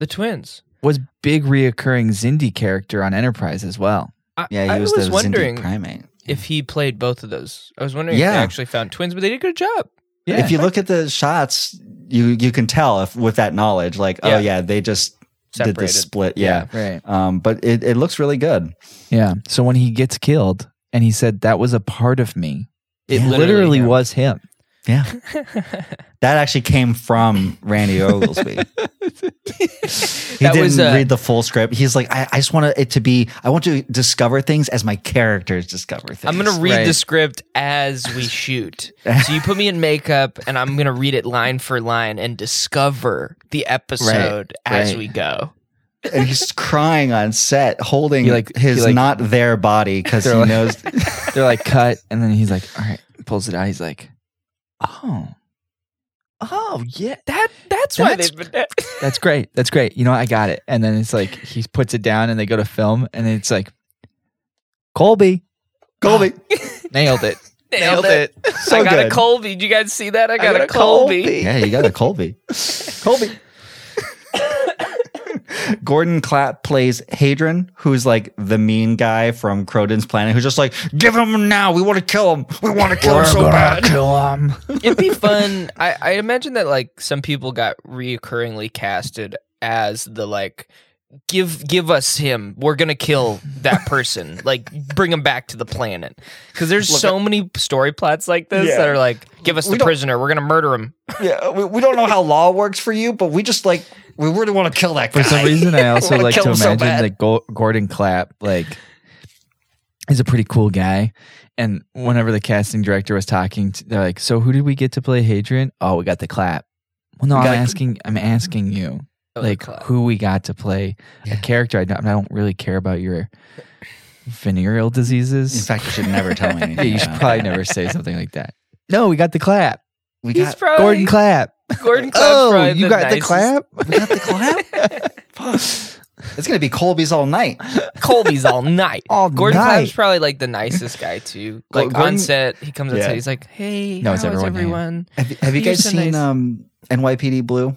The twins. was big reoccurring Zindi character on Enterprise as well. I, Yeah, I he was, the wondering Zindi primate. if he played both of those. I was wondering if Yeah. they actually found twins, but they did a good job. Yeah. If you look at the shots, you you can tell if with that knowledge, like, Yeah. oh yeah, they just did Separated. this split. Yeah. right. Um, but it, it looks really good. Yeah. So when he gets killed and he said that was a part of me, it Yeah. literally, Literally him. was him. Yeah. that actually came from Randy Oglesby. He That didn't was, uh, read the full script. He's like, I, I just want it to be, I want to discover things as my characters discover things. I'm gonna read the Right. script as we shoot. so you put me in makeup, and I'm gonna read it line for line and discover the episode as right. we go. and he's crying on set, holding He like- like his he like- not their body because he They're like- knows. They're like cut, and then he's like, "All right," pulls it out. He's like, "Oh, oh yeah, That that's why That's- they've been. That, that's great, that's great." You know, what? I got it. And then it's like he puts it down, and they go to film, and it's like, Colby Colby, nailed it, Nailed so I got good. a Colby. Did you guys see that? I got, a, Colby. yeah, you got a Colby. Colby. Gordon Clapp plays Hadron, who's like the mean guy from Croden's planet, who's just like, give him now. We want to kill him. We want to kill him so bad. Kill him. It'd be fun. I, I imagine that like some people got reoccurringly casted as the like give give us him. We're gonna kill that person. like bring him back to the planet. Because there's so many story plots like this that are like give us the prisoner. We're gonna murder him. Yeah, we, we don't know how law works for you, but we just like, we really want to kill that guy. For some reason, I also wanna like kill to him so imagine bad. that Go- Gordon Clapp, like, is a pretty cool guy. And whenever the casting director was talking, to, they're like, "So who did we get to play Hadrian? Oh, we got the Clap. Well, no, I'm gotta- asking, I'm asking you, Oh, the like, Clapp. who we got to play a character. I don't, I don't really care about your venereal diseases. In fact, you should never tell me Yeah, anything. you should about probably that. never say something like that. No, we got the Clap. We He's got, probably Gordon Clapp. Gordon Clapp's Oh, probably you got the nicest- Clap. we got the clap. Fuck. It's going to be Colby's all night. Colby's all night. All Gordon night. Clapp's probably like the nicest guy too. Well, Like Gordon- on set, he comes on Yeah. set. He's like, "Hey, No, no, it's how's everyone?" everyone, yeah. Have, have you You're guys so seen nice. um, NYPD Blue?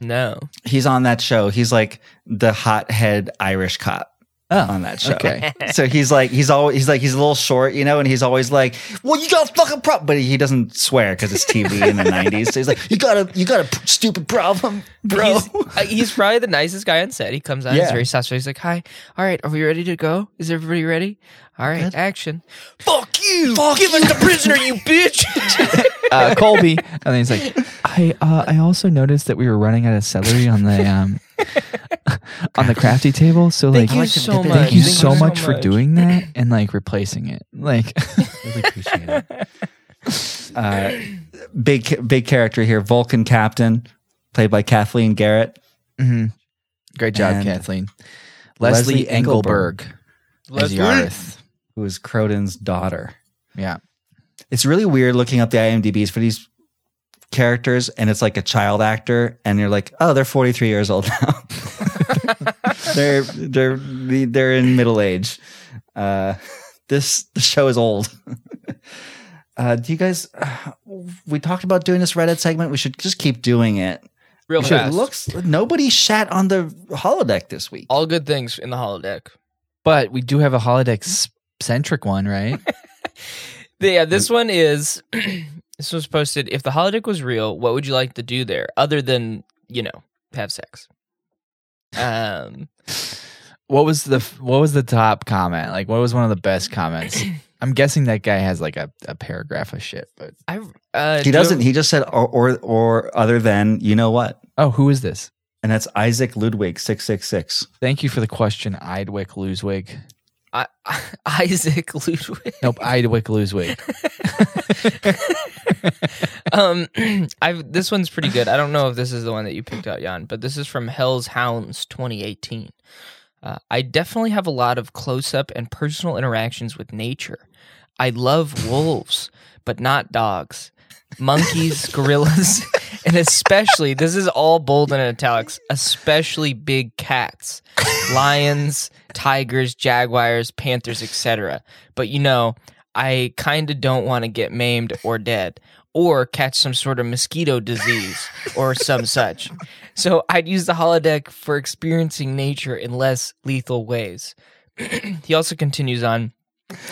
No, He's on that show. He's like the hothead Irish cop Oh, on that show. okay. so he's like he's always he's like he's a little short, you know, and he's always like, "Well, you got a fucking problem," but he doesn't swear because it's TV in the '90s. So he's like, "You got a you got a p- stupid problem, bro." He's, uh, he's probably the nicest guy on set. He comes on, he's Yeah. very suspect. He's like, "Hi, all right, are we ready to go? Is everybody ready? All right, action! Fuck you! Give us the prisoner, you bitch!" uh, Colby. And then he's like, I uh, I also noticed that we were running out of celery on the um on the crafty table. So like, Thank you so much. thank you Thank so you so much for doing that and like replacing it. Like, big big character here, Vulcan Captain, played by Kathleen Garrett. great job, And Kathleen. Leslie, Leslie Engelberg as Leslie- Yarth. who is Croden's daughter. Yeah, It's really weird looking up the IMDb's for these characters, and it's like a child actor, and you're like, oh, they're 43 years old now. they're they're they're in middle age. Uh, this the show is old. Uh, do you guys? Uh, we talked about doing this Reddit segment. We should just keep doing it. Real We should- fast. looks nobody shat on the holodeck this week. all good things in the holodeck. but we do have a holodeck centric one, right? But yeah, this one is. this was posted. If the holodeck was real, what would you like to do there, other than you know have sex? Um. what was the what was the top comment? Like, what was one of the best comments? I'm guessing that guy has like a, a paragraph of shit, but I, uh, He do- doesn't. He just said or or, or other than you know what. oh, who is this? and that's Isaac Ludwig six six six. Thank you for the question, Idwick Losewig. I, Isaac Ludwig. Nope, Idwick Losewig. um, I've this one's pretty good. I don't know if this is the one that you picked out, Jan, but this is from Hell's Hounds 2018. Uh, I definitely have a lot of close-up and personal interactions with nature. I love wolves, but not dogs. monkeys, gorillas, and especially this is all bold and in italics, especially big cats, lions, tigers, jaguars, panthers, etc. But you know, I kind of don't want to get maimed or dead or catch some sort of mosquito disease or some such. So I'd use the holodeck for experiencing nature in less lethal ways. he also continues on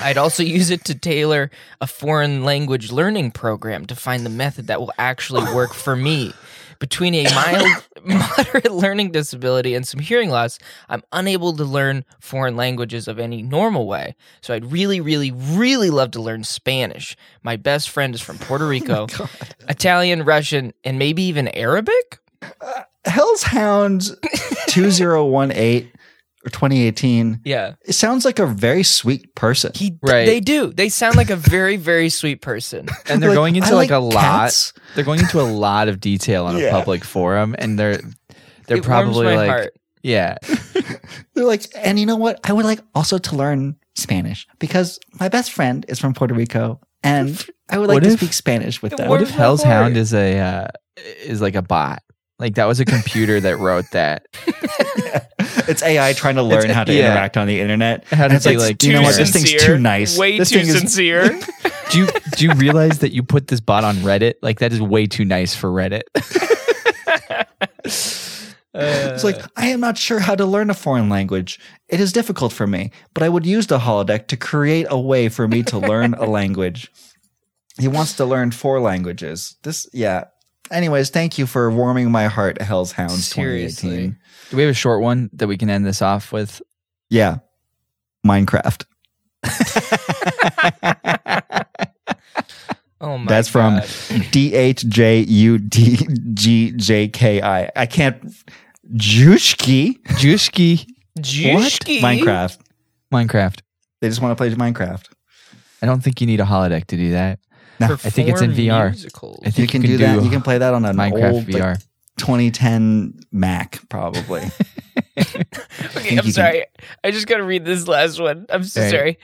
I'd also use it to tailor a foreign language learning program to find the method that will actually work for me. Between a mild, moderate learning disability and some hearing loss, I'm unable to learn foreign languages of any normal way. So I'd really, really, really love to learn Spanish. My best friend is from Puerto Rico, Italian, Russian, and maybe even Arabic? Hell's Hounds 2018 or 2018. Yeah. It sounds like a very sweet person. He, Right. They do. They sound like a very, very sweet person. and they're Like, going I into like, like a lot. cats. They're going into a lot of detail on a Yeah. public forum, and they're they're It warms probably my like heart. yeah, They're like, and you know what? I would like also to learn Spanish because my best friend is from Puerto Rico and I would like What to if- speak Spanish with them. What if Where's my Hell's heart? Hound is a uh, is like a bot? Like that was a computer that wrote that. it's AI trying to learn It's- how to yeah. interact on the internet. How to And it's be like, you know too what? This thing's sincere. too nice. Way this too thing is sincere. Do you do you realize that you put this bot on Reddit? Like that is way too nice for Reddit. It's like, I am not sure how to learn a foreign language. It is difficult for me, but I would use the holodeck to create a way for me to learn a language. He wants to learn four languages. This, yeah. Anyways, thank you for warming my heart, Hell's Hounds Seriously. 2018. do we have a short one that we can end this off with? Yeah. Minecraft. Oh my That's from God. D H J U D G J K I. I can't. Jushki. Jushki Jushki? Minecraft. Minecraft. They just want to play Minecraft. I don't think you need a holodeck to do that. I think it's in Perform VR. musicals. I think You can, do, that. You can play that on an Minecraft old like, VR. 2010 Mac, probably. Okay, I'm you can- sorry. I just gotta read this last one. I'm so All right. sorry.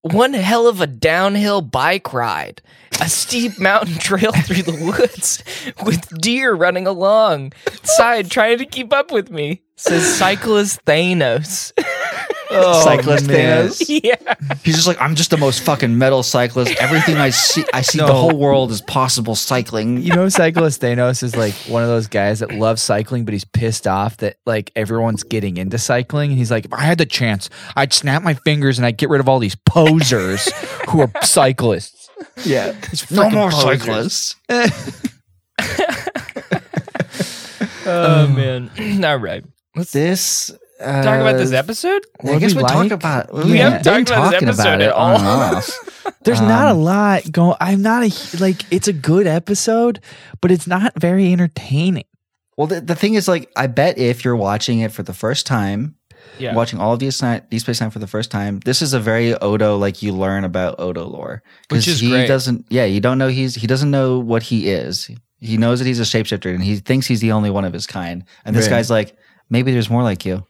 One hell of a downhill bike ride, a steep mountain trail through the woods with deer running along, side trying to keep up with me, says cyclist Thanos. cyclist man. Thanos. yeah. He's just like, I'm just the most fucking metal cyclist. Everything I see, I see No. the whole world is possible cycling. you know cyclist thanos is like one of those guys that loves cycling but he's pissed off that like everyone's getting into cycling and he's like if i had the chance i'd snap my fingers and i'd get rid of all these posers who are cyclists yeah. No freaking more posers. cyclists. Oh man. All right. Let's This. Uh, talk about this episode. I guess we we like? talk about. We haven't talked about this episode at all. there's not a lot going i'm not a like it's a good episode but it's not very entertaining well, the, the thing is, like, I bet if you're watching it for the first time, Yeah. watching all of these night these space time for the first time this is a very odo like you learn about odo lore 'Cause Which is he great. doesn't yeah you don't know he's he doesn't know what he is he knows that he's a shapeshifter and he thinks he's the only one of his kind and this Right. guy's like maybe there's more like you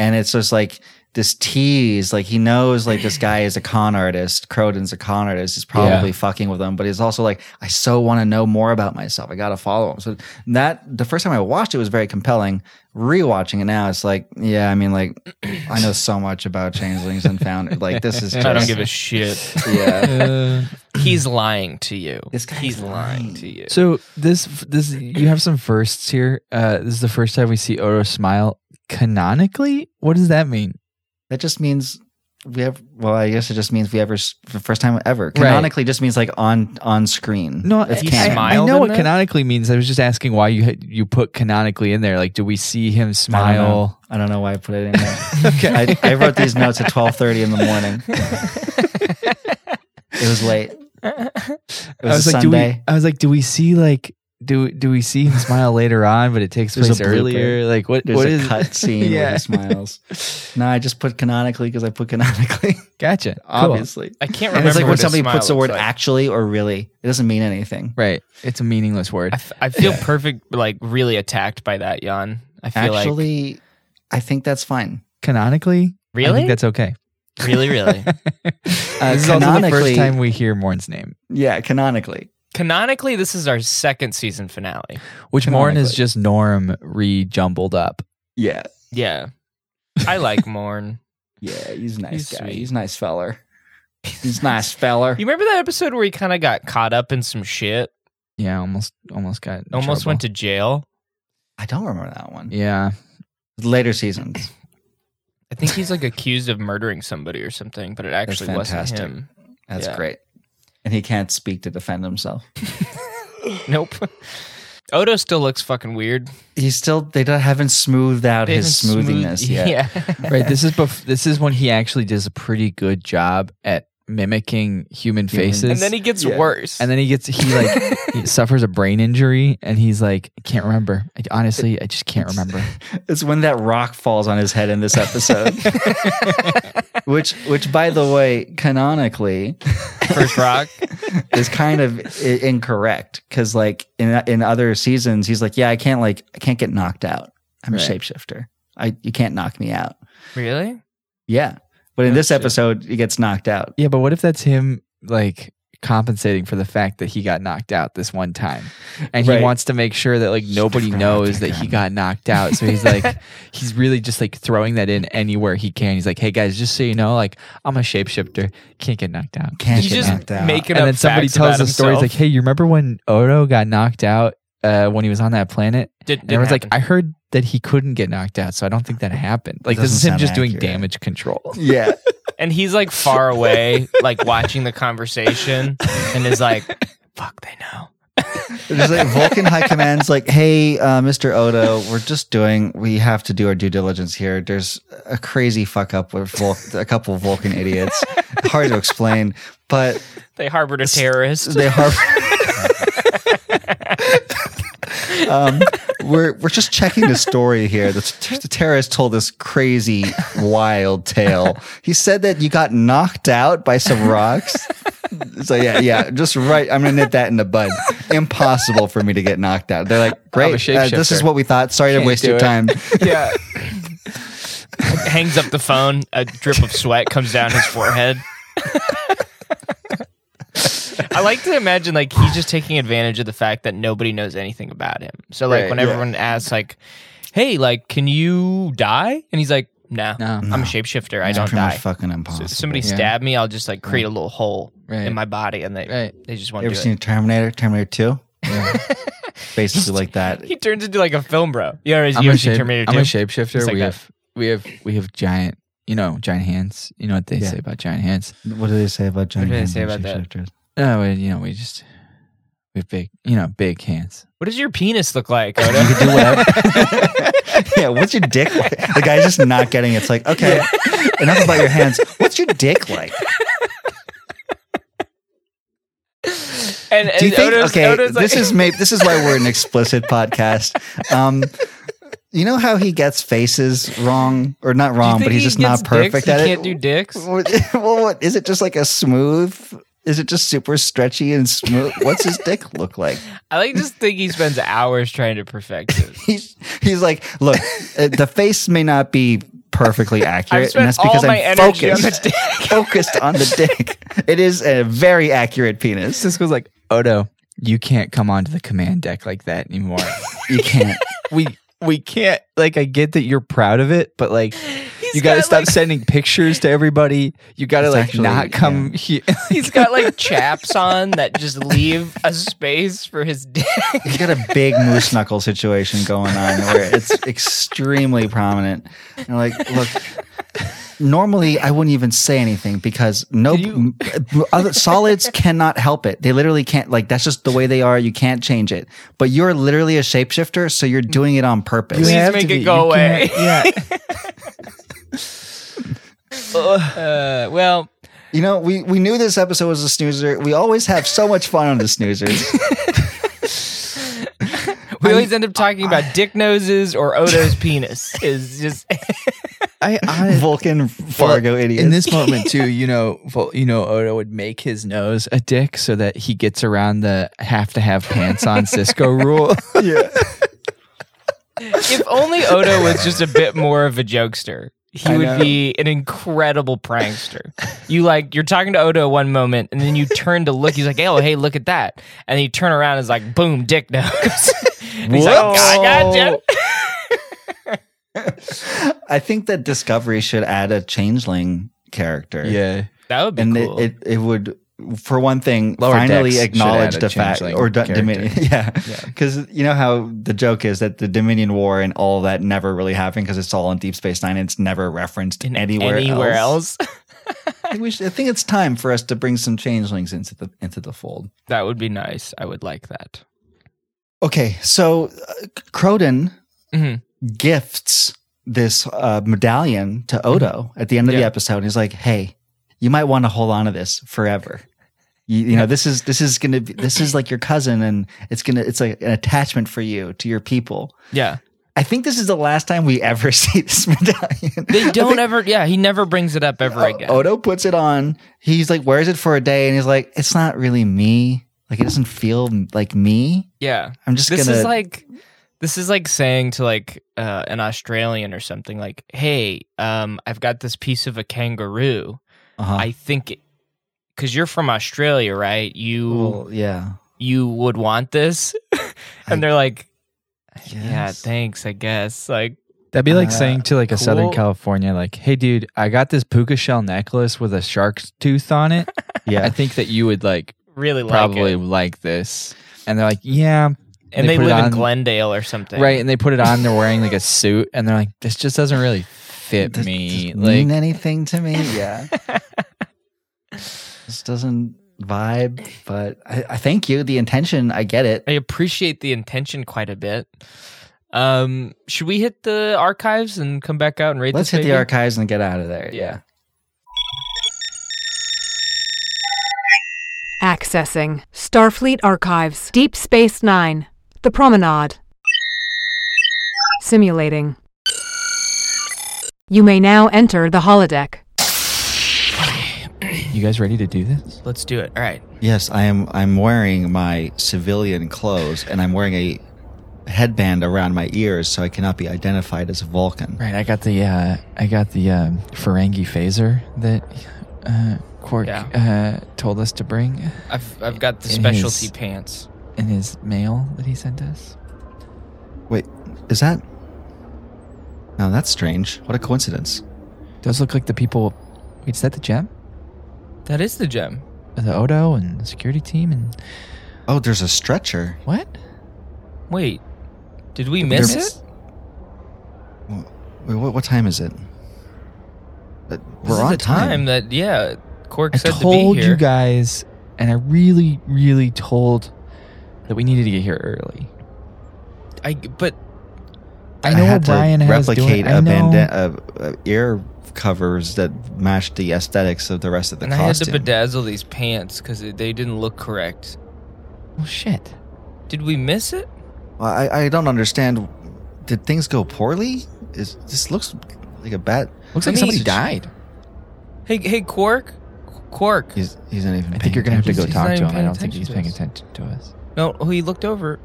and it's just like this tease like he knows like this guy is a con artist croden's a con artist he's probably fucking with him but he's also like i so want to know more about myself i gotta follow him so that the first time i watched it was very compelling rewatching it now it's like yeah i mean like i know so much about changelings and founder like this is just, I don't give a shit. yeah He's lying to you. This guy's He's lying lying. to you. so this this you have some firsts here uh this is the first time we see odo smile canonically what does that mean that just means we have well i guess it just means we ever for the first time ever Right. canonically just means like on on screen No, it's I- canon. I, I smiled know in what that? canonically means. I was just asking why you had- you put canonically in there. Like, do we see I him don't know. smile? I don't know why I put it in there. okay. I, I wrote these notes at twelve thirty in the morning. it was late. It was, a like, do Sunday. we? I was like, do we see like do do we see him smile later on? But it takes There's a place earlier. Like, what There's what a is- cut scene where Yeah. he smiles. No, I just put canonically because I put canonically, Gotcha. Cool. obviously. I can't And remember. it's like what when his somebody smile puts the looks word like. actually or really, it doesn't mean anything. Right. It's a meaningless word. I, f- I feel perfect, like really attacked by that, Jan. I feel like Actually, I think that's fine. canonically. I really, think that's okay. really, really. Uh, this is also the first canonically- time we hear Morn's name. Yeah, canonically. Canonically, this is our second season finale. Which Morn is Canonically. just Norm re-jumbled up. Yeah. Yeah. I like Morn. Yeah. He's a nice He's guy. sweet. He's a nice feller. He's a nice feller. You remember that episode where he kind of got caught up in some shit? Yeah, almost almost got in Almost trouble. went to jail. I don't remember that one. Yeah. Later seasons. I think he's like accused of murdering somebody or something, but it actually wasn't fantastic. him. That's Yeah. great. And he can't speak to defend himself. Nope. Odo still looks fucking weird. He's still. They don't, haven't smoothed out They his haven't smoothed- smoothingness yet. Yeah. Right. This is bef- this is when he actually does a pretty good job at mimicking human faces. and then he gets Yeah. worse. And then he gets he like he suffers a brain injury and he's like I can't remember. I, honestly, I just can't remember. It's when that rock falls on his head in this episode. which, which, by the way, canonically, first rock. is kind of i- incorrect because like in in other seasons he's like yeah I can't like I can't get knocked out I'm a Right. shapeshifter I you can't knock me out really? yeah but in Oh, this shit. episode he gets knocked out Yeah, but what if that's him like compensating for the fact that he got knocked out this one time and Right. he wants to make sure that like nobody knows that he got knocked out so he's like he's really just like throwing that in anywhere he can he's like hey guys just so you know like i'm a shapeshifter can't get knocked out can't He's get just knocked out making and up then somebody facts about tells the story he's himself. like hey you remember when odo got knocked out uh, when he was on that planet Did- and everyone's like happen. i heard that he couldn't get knocked out so i don't think that happened like this Doesn't is him sound just doing accurate. damage control yeah and he's like far away, like watching the conversation, and is like, "Fuck, they know." It's like Vulcan High Command's like, hey, uh, Mr. Odo, we're just doing, we have to do our due diligence here. There's a crazy fuck up with Vul- a couple of Vulcan idiots. Hard to explain, but They harbored a terrorist. they harbor. um, we're we're just checking the story here. The, t- the terrorist told this crazy, wild tale. He said that you got knocked out by some rocks. So yeah, yeah, just right. I'm gonna nip that in the bud. Impossible for me to get knocked out. They're like, I'm great. a uh, this is shapeshifter. what we thought. Sorry to Can't waste do your it." time. yeah Hangs up the phone. A drip of sweat comes down his forehead. I like to imagine like he's just taking advantage of the fact that nobody knows anything about him. So like Right, when yeah. everyone asks like, "Hey, like, can you die?" and he's like, "No, No. I'm a shapeshifter. I It's don't pretty much die." fucking So impossible. if somebody Yeah. stab me, I'll just like create a little hole Right. in my body, and they Right. they just You want to ever do it. seen Terminator? Terminator Two. Basically like that. He turns into like a film bro. You already I'm, you a, ever seen shape, Terminator I'm a 2? shapeshifter. It's like we that. have we have we have giant, you know, giant hands. You know what they Yeah. say about giant hands? What do they say about do giant they hands say and about that? shapeshifters? No, we, you know, we just we have big, you know, big hands. What does your penis look like, Odo? do whatever. yeah, what's your dick like? The guy's just not getting it. It's like, okay, enough about your hands. What's your dick like? and and Do you think? Odo's, okay, Odo's like, this is maybe this is why we're an explicit podcast. Um, you know how he gets faces wrong or not Do you wrong, think but he's he just not gets perfect dicks? at he it. Can't do dicks. What- well, what is it? Just like a smooth. Is it just super stretchy and smooth? What's his dick look like? I like just think he spends hours trying to perfect it. he's he's like, look, uh, the face may not be perfectly I've accurate, and spent that's all because my I'm energy focused, on the dick. focused on the dick. It is a very accurate penis. Cisco's like, Odo, you can't come onto the command deck like that anymore. You can't. we we can't. Like, I get that you're proud of it, but like. you gotta got, stop like- sending pictures to everybody. You gotta It's like actually- not come here. He's got like chaps on that just leave a space for his dick. He's got a big moose knuckle situation going on where it's extremely prominent. And like, look. Normally, I wouldn't even say anything because no other solids cannot help it. They literally can't. Like that's just the way they are. You can't change it. But you're literally a shapeshifter, so you're doing it on purpose. Please have to make be. it go You away. can't- Yeah. uh, well, You know, we, we knew this episode was a snoozer. We always have so much fun on the snoozers. we always end up talking about dick noses or Odo's penis. Is just I, I Vulcan Fargo Well, idiots. In this moment too, you know, Vol- you know, Odo would make his nose a dick so that he gets around the have to have pants on Cisco rule. yeah. if only Odo was just a bit more of a jokester. He would be an incredible prankster. You like you're talking to Odo one moment, and then you turn to look. He's like, "Oh, hey, look at that!" And then you turn around, and it's like, "Boom, dick nose." And he's like, "I gotcha." I think that Discovery should add a changeling character. Yeah. That would be and cool. it, it it would for one thing Lower Decks finally should acknowledge add a the fact changeling or d- character. Dominion, yeah, because you know how the joke is that the Dominion War and all that never really happened because it's all in Deep Space Nine. And it's never referenced anywhere Anywhere else, I think, we should, I think it's time for us to bring some changelings into the into the fold. that would be nice. I would like that. Okay, so uh, Croden Mhm. gifts this uh, medallion to Odo at the end of the Mm-hmm. Yeah. episode. And he's like, "Hey, you might want to hold on to this forever. You, you know, this is this is gonna be this is like your cousin, and it's gonna it's like an attachment for you to your people." Yeah, I think this is the last time we ever see this medallion. they I don't think Oh, ever. Yeah, he never brings it up ever again. Odo puts it on. He's like wears it for a day, and he's like, "It's not really me. Like it doesn't feel like me. Yeah, I'm just this gonna is like this is like saying to like uh, an Australian or something like, "Hey, um, I've got this piece of a kangaroo. uh-huh. I think because you're from Australia, right? You Well, yeah." you would want this." and they're like, "Yeah, Yes. thanks, I guess." Like, That'd be like Uh, saying to like a Southern cool. California, like, "Hey, dude, I got this puka shell necklace with a shark's tooth on it. Yeah. I think that you would like really like probably it. like this." And they're like, "Yeah." And, And they, put it live in on- Glendale or something, right? And they put it on. They're wearing like a suit, and they're like, "This just doesn't really fit Does- me." does it Like, mean anything to me. Yeah. this doesn't vibe, but I, I thank you. The intention, I get it. I appreciate the intention quite a bit. Um, should we hit the archives and come back out and rate Let's this? hit the baby? archives and get out of there. Yeah. Accessing Starfleet Archives, Deep Space Nine, The Promenade. Simulating. You may now enter the holodeck. you guys ready to do this? Let's do it. All right. Yes, I am. I'm wearing my civilian clothes, and I'm wearing a headband around my ears so I cannot be identified as a Vulcan. Right. I got the uh, I got the um, Ferengi phaser that uh, Quark uh, told us to bring I've I've got the It specialty is. pants. in his mail that he sent us. Wait, is that? Now that's strange. What a coincidence. Does look like the people. Wait, is that the gem? That is the gem. The Odo and the security team and Oh, there's a stretcher. what? Wait, did we miss They're- it? Wait, what, what time is it? Uh, This We're is on the time. that yeah, Cork I said told to be here. you guys, and I really, really told that we needed to get here early. I but I know had what Brian to has replicate doing. I a know. bandana, uh, uh, ear covers that matched the aesthetics of the rest of the and I had to costume. bedazzle these pants because they didn't look correct. Well, Oh, shit. Did we miss it? Well, I, I don't understand. Did things go poorly? Is this looks like a bat? Looks like Let me- somebody died. Hey hey Quark, Quark. He's he's not even. I think you're gonna have to go He's talk not to even him. I paying don't think he's attention paying to attention to us. No, oh, he looked over,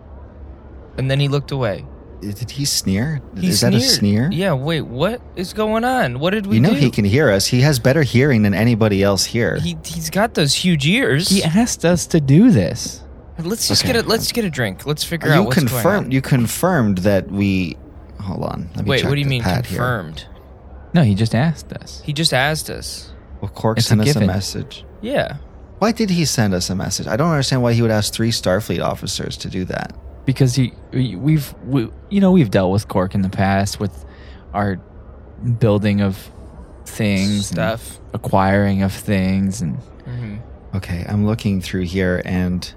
and then he looked away. go. Did he sneer? He is that a sneer? sneered. Yeah. Wait, what is going on? What did we You know do? he can hear us. He has better hearing than anybody else here. He he's got those huge ears. He asked us to do this. Let's just Okay. get a let's get a drink. Let's figure out you what's going on. confirmed. You confirmed that we. Hold on. Let me Wait, check what do you the mean pad here. confirmed? No, he just asked us. He just asked us. Well, Cork It's a sent us a given. message. Yeah. Why did he send us a message? I don't understand why he would ask three Starfleet officers to do that. because he we- we've we, you know we've dealt with cork in the past with our building of things and Stuff. acquiring of things and hmm Okay, I'm looking through here and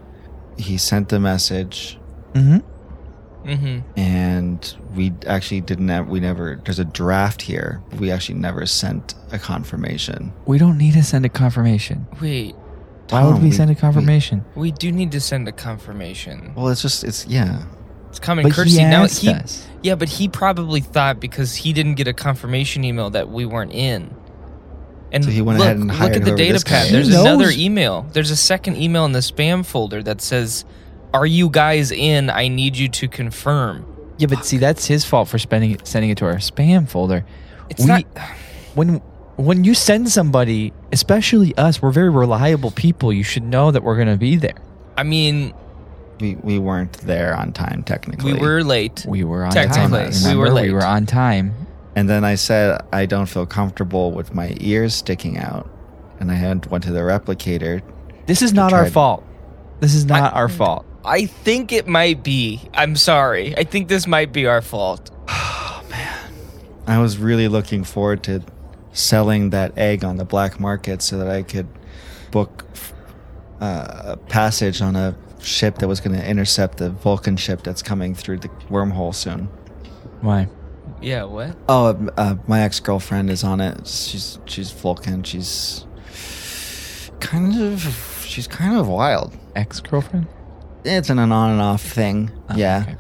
he sent the message Mm-hmm. hmm and we actually didn't have, we never there's a draft here. But we actually never sent a confirmation. we don't need to send a confirmation Wait, why would Tom, we, send a confirmation we do need to send a confirmation. we- well, it's just it's yeah. It's common but courtesy. he now asked he, us yeah, but he probably thought because he didn't get a confirmation email that we weren't in. And So he went look, ahead and look hired at the whoever data this guy pad. is. There's He knows- another email. There's a second email in the spam folder that says, "Are you guys in? I need you to confirm." yeah but see that's his fault for spending sending it to our spam folder It's not- when when you send somebody, especially us, we're very reliable people. You should know that we're going to be there. I mean, We, we weren't there on time technically. we were late. We were on time. Technically, we were Remember? late. We were on time. And then I said, I don't feel comfortable with my ears sticking out. And I had went to the replicator. This is not try our to- fault. This is not our fault. I think it might be. I'm sorry. I think this might be our fault. I was really looking forward to selling that egg on the black market so that I could book uh, a passage on a ship that was going to intercept the Vulcan ship that's coming through the wormhole soon. Why? Yeah, what? Oh, uh, uh, my ex girlfriend is on it. She's she's Vulcan. She's kind of she's kind of wild. Ex girlfriend? it's an on and off thing. Oh, yeah.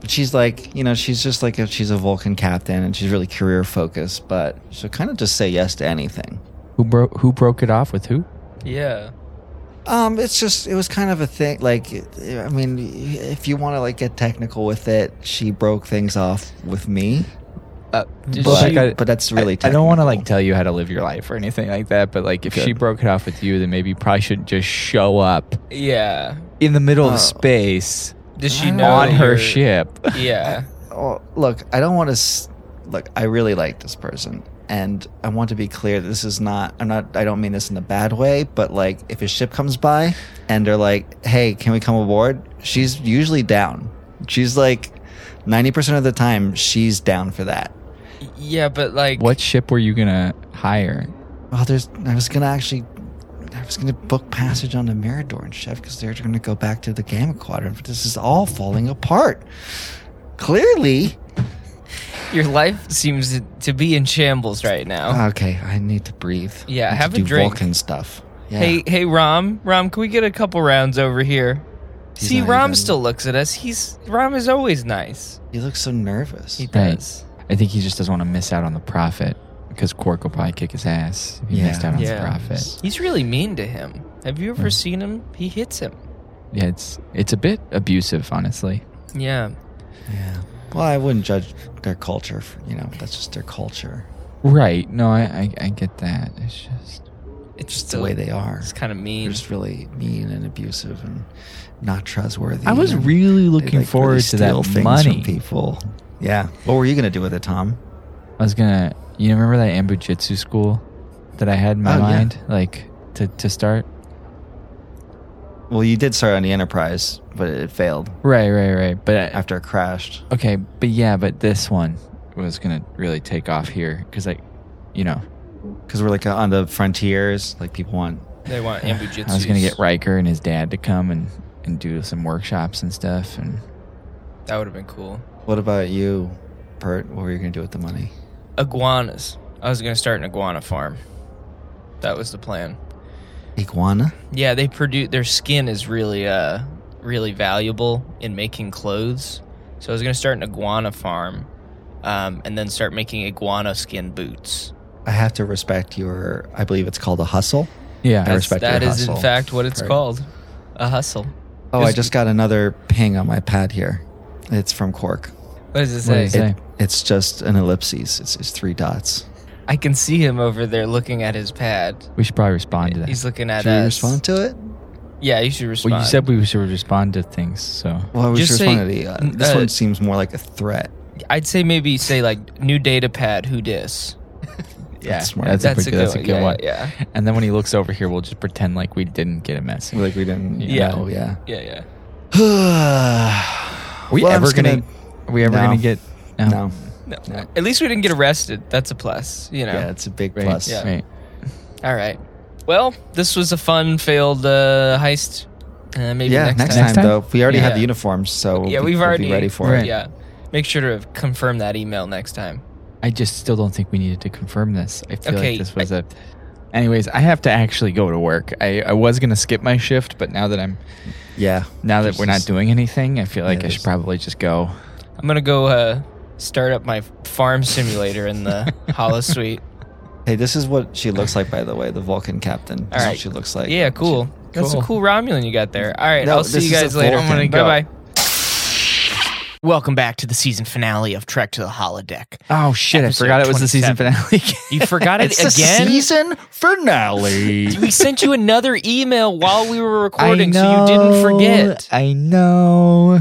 But she's like, you know, she's just like a, she's a Vulcan captain and she's really career focused, but she'll kind of just say yes to anything. Who broke Who broke it off with who? Yeah. Um, it's just it was kind of a thing. Like, I mean, if you want to like get technical with it, she broke things off with me. Uh, But- but that's really I, I don't want to like technical. tell you how to live your life or anything like that. But like, if she broke it off with you, then maybe you probably shouldn't just show up Yeah. in the middle Oh. of space Does she know on that her you're- ship. Yeah. oh, look, I don't want to. S- look, I really like this person, and I want to be clear. This is not. I'm not. I don't mean this in a bad way, but like, if a ship comes by and they're like, "Hey, can we come aboard?" She's usually down. She's like, ninety percent of the time, she's down for that. Yeah, but like What ship were you gonna hire? Well, there's. I was gonna actually. I was gonna book passage on the Mirador ship because they're gonna go back to the Gamma Quadrant, but this is all falling apart. Clearly. your life seems to be in shambles right now. Okay, I need to breathe. Yeah, I need have a to do drink. Vulcan stuff. Yeah. Hey, hey, Rom, Rom, can we get a couple rounds over here? He's See, not Rom even- still looks at us. He's Rom is always nice. you look so nervous. He Right. does. I think he just doesn't want to miss out on the profit because Quark will probably kick his ass if he Yeah. missed out on Yeah. the profit. He's really mean to him. Have you ever seen him? He hits him. Yeah, it's it's a bit abusive, honestly. Yeah. Yeah. Well, I wouldn't judge their culture. For, you know, that's just their culture. Right? No, I I, I get that. It's just It's Just just the way they are. It's kind of They're mean. just really mean and abusive and not trustworthy. I was and really they, looking like, forward really to that steal things from money. people. Yeah. What were you gonna do with it, Tom? I was gonna. You remember that ambujitsu school that I had in my Oh, yeah. mind, like to to start. Well, you did start on the Enterprise, but it failed Right, right, right. But I, after it crashed. okay, but yeah, but this one was gonna really take off here because like, you know, Because we're like on the frontiers. Like people want. they want ambujitsu. I was gonna get Riker and his dad to come and and do some workshops and stuff and. That would have been cool. What about you, Bert? What were you gonna do with the money? Iguanas. I was gonna start an iguana farm. That was the plan. Iguana. Yeah, they produce their skin is really uh really valuable in making clothes. So I was gonna start an iguana farm, um, and then start making iguana skin boots. I have to respect your. I believe it's called a hustle. Yeah, I respect That your is in hustle. fact what it's Right. called, a hustle. Oh, I just got another ping on my pad here. It's from Cork. What does it What say? is it? Okay. It's just an ellipses. It's, it's three dots. I can see him over there looking at his pad. We should probably respond to that. He's looking at Should we us. respond to it? Yeah, you should respond. well, you said we should respond to things, so Well, we Just should say, respond to the. Uh, this uh, one seems more like a threat. I'd say maybe say like new data pad. Who dis? Yeah, that's smart. that's, That's a, a good, that's a good good one. one. Yeah, yeah, And then when he looks over here, we'll just pretend like we didn't get a message. like we didn't. Yeah. know, yeah. Yeah, yeah. Are Are we ever gonna, Are we ever No. gonna get? No. No. No. No. At least we didn't get arrested. That's a plus, you know. Yeah, it's a big Right. plus. Yeah. Right. All right. Well, this was a fun failed uh, heist. Uh, maybe Yeah, next, next, time. time, time? though, we already have the Yeah. uniforms, so we'll yeah, be- we've we'll already be ready for Right. it. Yeah, make sure to confirm that email next time. I just still don't think we needed to confirm this. I feel Okay, like this was a. Anyways, I have to actually go to work. I, I was gonna skip my shift, but now that I'm Yeah, now that Just- we're not doing anything, I feel like Yeah, I should there's- probably just go. I'm gonna go uh, start up my farm simulator in the Hollow Suite. Hey, this is what she looks like, by the way, the Vulcan captain. This is All what right. she looks like. Yeah, cool. That's a cool. cool Romulan you got there. All right, No, I'll see this you is a guys later. Vulcan. Bye bye. Welcome back to the season finale of Trek to the Holodeck. Oh shit! Episode I forgot it was the season 27. finale. You forgot it It's the again. season finale. we sent you another email while we were I recording, so you didn't know, forget. I know.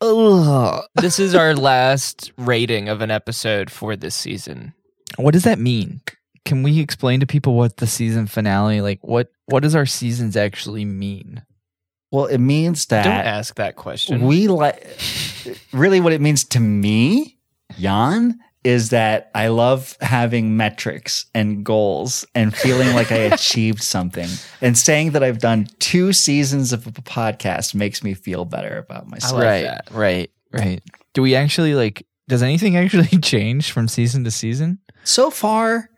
Ugh. This is our last rating of an episode for this season. What does that mean? Can we explain to people what the season finale like? What what does our seasons actually mean? well, it means Don't that ask that question. we like. Really, what it means to me, Jan, is that I love having metrics and goals and feeling like I achieved something. And saying that I've done two seasons of a podcast makes me feel better about myself. right, right, right. Do we actually like? Does anything actually change from season to season? So far,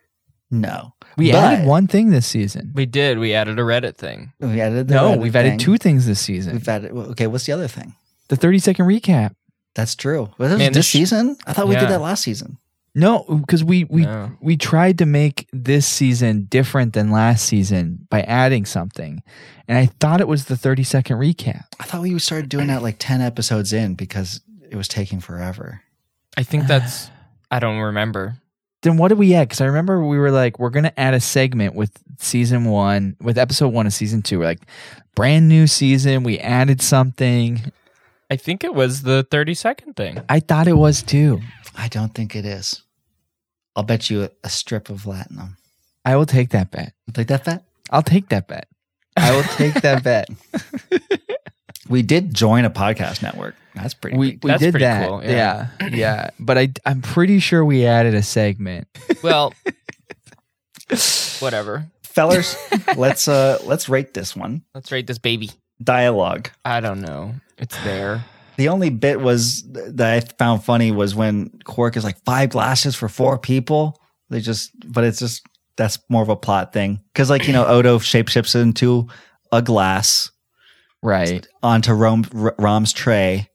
no. We But- added one thing this season. we did. We added a Reddit thing. We added the no, Reddit we've added thing. two things this season. We've added. Okay, what's the other thing? the thirty second recap. That's true. Was this, Man, this this- season? I thought we Yeah. did that last season. No, because we we No. we tried to make this season different than last season by adding something, and I thought it was the thirty second recap. I thought we started doing that like 10 episodes in because it was taking forever. I think that's. I don't remember. Then what did we add? Because I remember we were like, we're gonna add a segment with season one, with episode one of season two. We're like, brand new season. We added something. I think it was the thirty second thing. I thought it was too. I don't think it is. I'll bet you a, a strip of latinum. I will take that bet. You Take that bet. I'll take that bet. I will take that bet. We did join a podcast network. That's pretty. We, we That's did pretty that. cool, Yeah. yeah. yeah. But I I'm pretty sure we added a segment. Well, whatever. fellers, let's uh let's rate this one. Let's rate this baby. Dialogue. I don't know. It's there. The only bit was that I found funny was when Quark is like five glasses for four people. They just, but it's just that's more of a plot thing because like you know Odo shapeshifts into a glass Right. onto Rome, R- Rom's tray.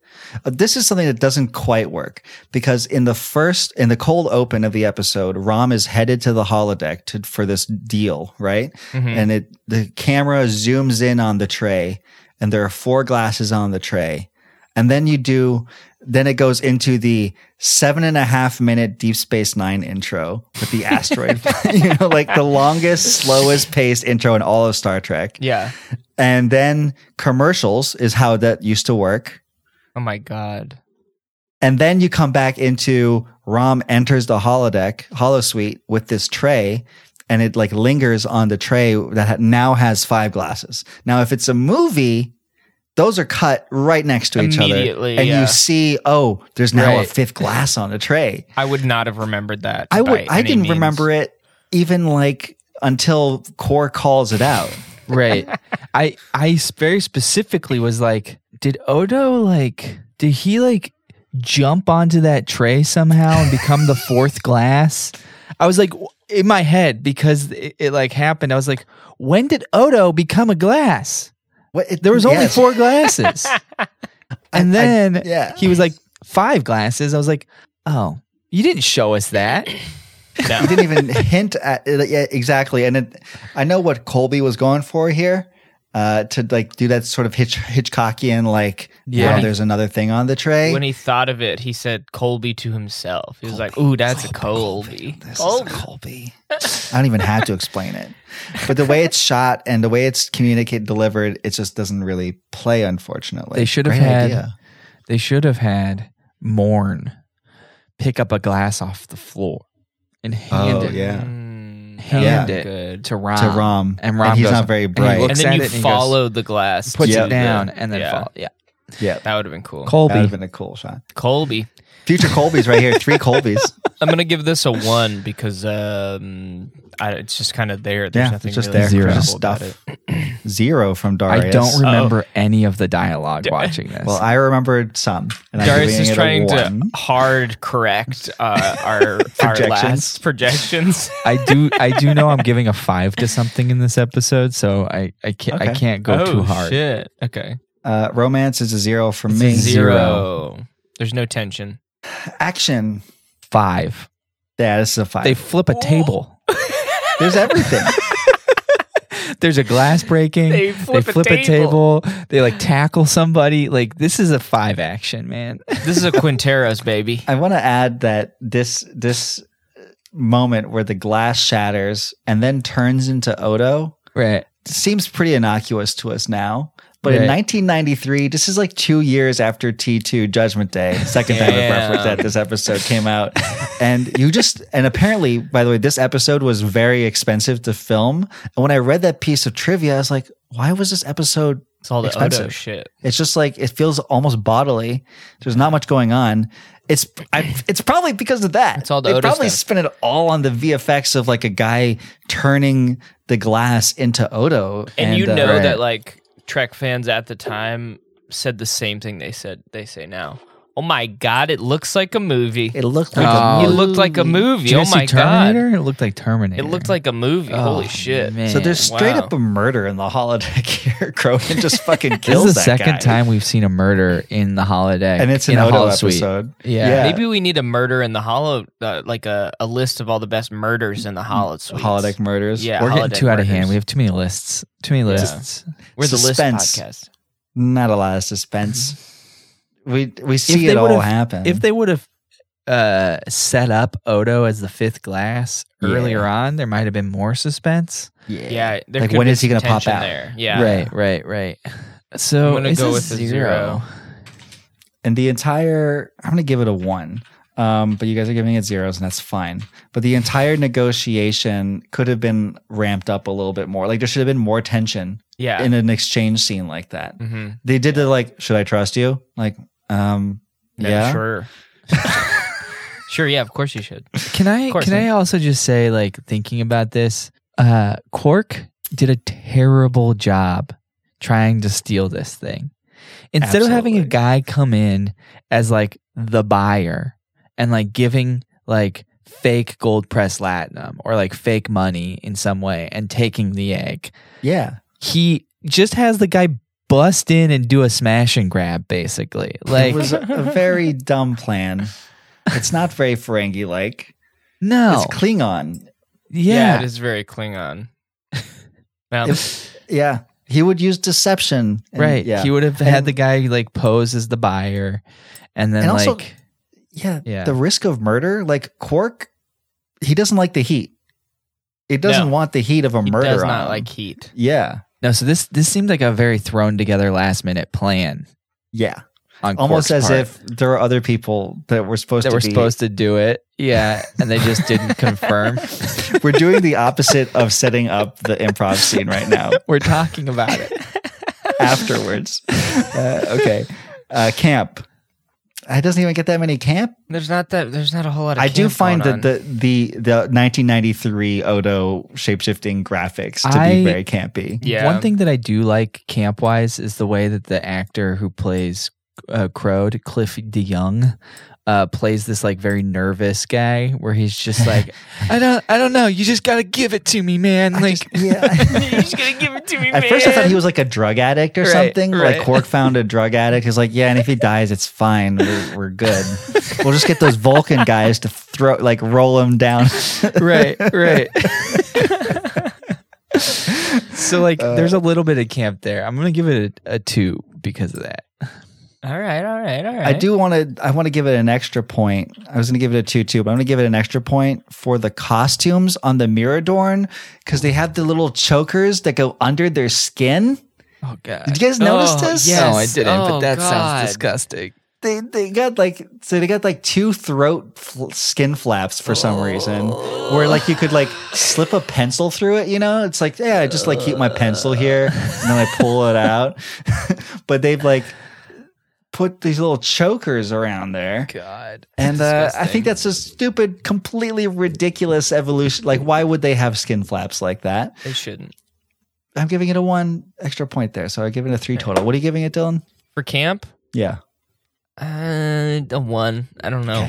Uh, This is something that doesn't quite work because in the first, in the cold open of the episode, Rom is headed to the holodeck to, for this deal, right? And it, the camera zooms in on the tray and there are four glasses on the tray. And then you do, then it goes into the seven and a half minute Deep Space Nine intro with the asteroid, you know, like the longest, slowest paced intro in all of Star Trek Yeah. and then commercials is how that used to work. Oh my god. And then you come back into Rom enters the holodeck, holo suite with this tray, and it like lingers on the tray that ha- now has five glasses. Now, if it's a movie, those are cut right next to each other, Immediately, and yeah. you see, oh, there's now a Right. fifth glass on the tray. I would not have remembered that. I would, I didn't remember it even like until Core calls it out. Right. I I s- very specifically was like, did Odo like did he like jump onto that tray somehow and become the fourth glass? I was like w- in my head because it, it like happened. I was like, when did Odo become a glass? What, it- There was only yes. four glasses. and I- then yeah. he was like five glasses. I was like, "Oh, you didn't show us that." You didn't even hint at it, yeah, exactly. And it, I know what Colby was going for here uh, to like do that sort of Hitch, Hitchcockian, like, yeah, Yeah. there's another thing on the tray. When he thought of it, he said Colby to himself. He was like, "Ooh, that's a Colby." this is a Colby. I don't even have to explain it. But the way it's shot and the way it's communicated, delivered, it just doesn't really play, unfortunately. They should have Great had- idea. They should have had Morn pick up a glass off the floor and hand Oh, it, yeah. Mm, that hand Yeah. it was good. to Rom. To Rom. and Rom And he's goes- not very and he bright. looks And at then you it and he goes- follow the glass, puts Yeah. it down, and then yeah. follow. Yeah, Yeah. That would have been cool. That would Colby. have been a cool shot. Colby. Future Colby's right here. Three Colby's. I'm gonna give this a one because um, I, it's just kind of there. There's yeah, nothing it's just really there. Zero. Just incredible about stuff. Zero from Darius. I don't remember any of the dialogue watching this. Oh. Well, I remembered some. And I'm Darius giving is it a trying to one. hard correct uh, our our Projections. last projections. I do. I do know I'm giving a five to something in this episode, so I I can't I Okay. can't go oh, too hard. Shit. Okay. Uh, romance is a zero for It's a me. Zero. There's no tension. Action. Five. Yeah, this is a five. They flip a table. There's everything. There's a glass breaking. They flip a table. They like tackle somebody. Like this is a five action, man. This is a Quinteros, baby. I want to add that this this moment where the glass shatters and then turns into Odo right. seems pretty innocuous to us now. But in Right. 1993, this is like two years after T2 Judgment Day, second time I've Damn. referenced that this episode came out. And you just, and apparently, by the way, this episode was very expensive to film. And when I read that piece of trivia, I was like, why was this episode It's all the Odo Expensive. shit. it's just like it feels almost bodily. There's not much going on. It's I, it's probably because of that. It's all the they Odo probably stuff. spent it all on the VFX of like a guy turning the glass into Odo. And, you uh, know right. that like Trek fans at the time said the same thing they said they say now. Oh my god, it looks like a movie. it looked like Oh. a It looked like a Did movie. you Oh guys see my Terminator? god. It looked like Terminator. It looked like a movie. Holy Oh, shit. man. So there's straight Wow. up a murder in the holodeck here. Cronin just fucking This kills is the that second guy. time we've seen a murder in the holodeck, and it's in an a Odo holo suite. episode. Yeah. Maybe we need a murder in the hollow, uh, like a, a list of all the best murders in the hollow suites. Mm, holodeck murders. Yeah, We're getting holodeck too out of hand. murders. We have too many lists. Too many lists. We're the list suspense. podcast. not a lot of suspense. We we see they it all would've- happen. If they would have uh, set up Odo as the fifth glass earlier on, there might have been more suspense. Yeah, there Like, could when be is he some gonna pop tension out? There. Yeah, Right, right, right. So I'm gonna it's go a with a zero. and the entire i'm going to give it a one um, but you guys are giving it zeros and that's fine but the entire negotiation could have been ramped up a little bit more like there should have been more tension Yeah. in an exchange scene like that mm-hmm. they did the like should i trust you like um Yeah, yeah sure. sure, yeah, of course you should. Can I course can I also just say, like, thinking about this, uh, Quark did a terrible job trying to steal this thing. Instead of having a Absolutely. guy come in as like the buyer and like giving like fake gold press latinum or like fake money in some way and taking the egg, yeah he just has the guy bust in and do a smash and grab basically. Like it was a, a very dumb plan it's not very ferengi like no. it's klingon yeah. it is very Klingon. Well, If- yeah he would use deception and- right. yeah He would have had And- the guy like pose as the buyer and then And like also- Yeah, Yeah. The risk of murder, like Quark, he doesn't like the heat. It doesn't No. want the heat of a he murder. does on not him. like heat. Yeah, No, so this this seemed like a very thrown together last minute plan yeah. on Almost Quark's as part if there are other people that were supposed that to were be. supposed to do it. Yeah, and they just didn't confirm. we're doing the opposite of setting up the improv scene right now. We're talking about it. Afterwards, uh, okay. Uh, camp. I doesn't even get that many camp. There's not that. There's not a whole lot. of I do camp find going that the the the 1993 Odo shapeshifting graphics to I- be very campy. on. yeah. One thing that I do like camp wise is the way that the actor who plays uh, Crowd, Cliff DeYoung, uh, plays this like very nervous guy where he's just like, I don't, I don't know. You just gotta give it to me, man. I Like, just- yeah. You're just gonna give it to me, At first, I thought he was like a drug addict or Right, something. right. Like Quark found a drug addict. He's like, yeah, and if he dies, it's fine. We're, we're good. We'll just get those Vulcan guys to throw, like, roll him down. right, right. so like, there's a little bit of camp there. I'm gonna give it a, a two because of that. all right, all right, all right. I do want to. I want to give it an extra point. I was going to give it a two-two, but I'm going to give it an extra point for the costumes on the Miradorn because they have the little chokers that go under their skin. Oh god. Did you guys notice Oh, this? yes. No, I didn't. but Oh, that God. sounds disgusting. they they got like so they got like two throat fl- skin flaps for some reason where like you could like slip a pencil through it you know it's like yeah i just like keep my pencil here and then i pull it out but they've like put these little chokers around there God. and uh, i think that's a stupid completely ridiculous evolution like why would they have skin flaps like that They shouldn't i'm giving it a one extra point there so i give it a three total what are you giving it dylan for camp. yeah Uh, a one. I don't know.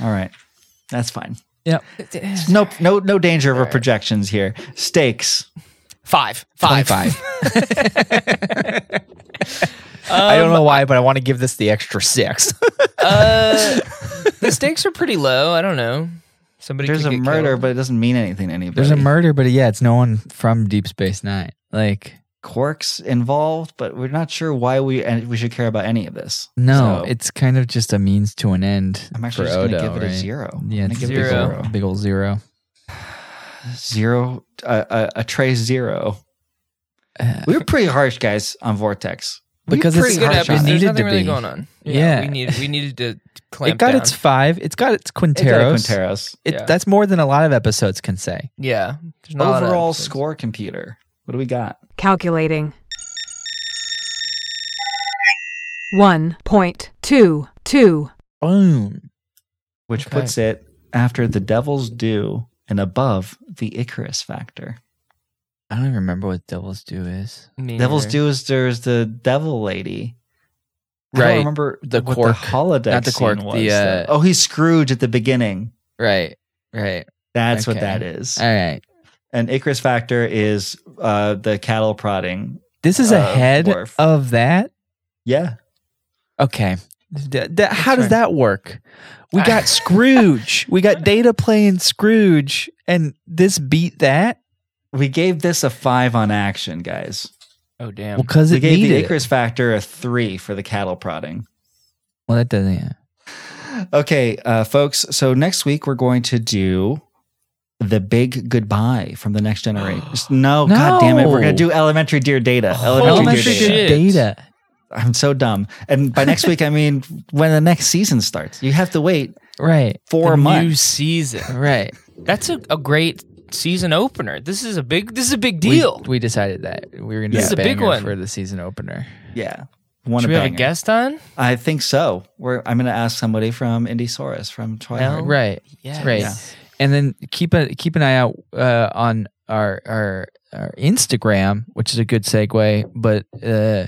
all right that's fine Yep. No, no, no danger of a projections here. Stakes. Five. Five. Twenty-five. I don't know why, but I want to give this the extra six. Uh, the stakes are pretty low. I don't know. Somebody There's could a get murder, killed. but it doesn't mean anything to anybody. There's a murder, but yeah, it's no one from Deep Space Nine. Like quirks involved, but we're not sure why we and we should care about any of this. no, So, it's kind of just a means to an end. I'm actually for just gonna Odo, give it a right? zero. I'm Yeah, gonna it's give it zero. a zero. zero. Big old zero. zero uh, a, a trace zero. We were pretty harsh, guys, on Vortex. We were Uh, Because it's pretty good harsh Yeah, episode. on but it. It there's needed nothing to really be. going on. Yeah. we need we needed to clamp It got down. its five. It's got its It got a Quinteros. Quinteros. It, Yeah. That's more than a lot of episodes can say. yeah. There's not a lot of Overall episodes. score computer. What do we got? Calculating. 1.22. Boom. Which Okay. puts it after the Devil's Due and above the Icarus factor. I don't even remember what Devil's Do is. Me Devil's neither. Due is there's the Devil Lady. I Right. don't remember The what cork. the holodeck Not the cork, scene the, was. uh, oh, he's Scrooge at the beginning. Right. Right. That's Okay. Uh, what that is. All right. And Icarus factor is uh, the cattle prodding. This is Uh, ahead Worf. of that. Yeah. Okay. D- d- how does right. that work? We got Scrooge. We got Data playing Scrooge, and this beat that We gave this a five on action, guys. Oh damn. because We it gave the needed. it. Icarus factor a three for the cattle prodding. Well, that doesn't. Yeah. Okay, uh, folks. So next week we're going to do the big goodbye from the next generation. no, No. Oh, god damn it. We're going to do elementary dear data. Elementary Dear shit. Data. I'm so dumb. And by next week, I mean when the next season starts. You have to wait Right. four the new months. season. Right. That's a, a great season opener. This is a big this is a big We- deal. We, decided that we were going to This do is a a big big one one. for the season opener. yeah. One a Should we have a banger. guest on? I think so. We're, I'm going to ask somebody from Indiesaurus from Twilight. Right. Yes. Right. Yeah. And then keep a keep an eye out uh, on our, our our Instagram, which is a good segue. But uh,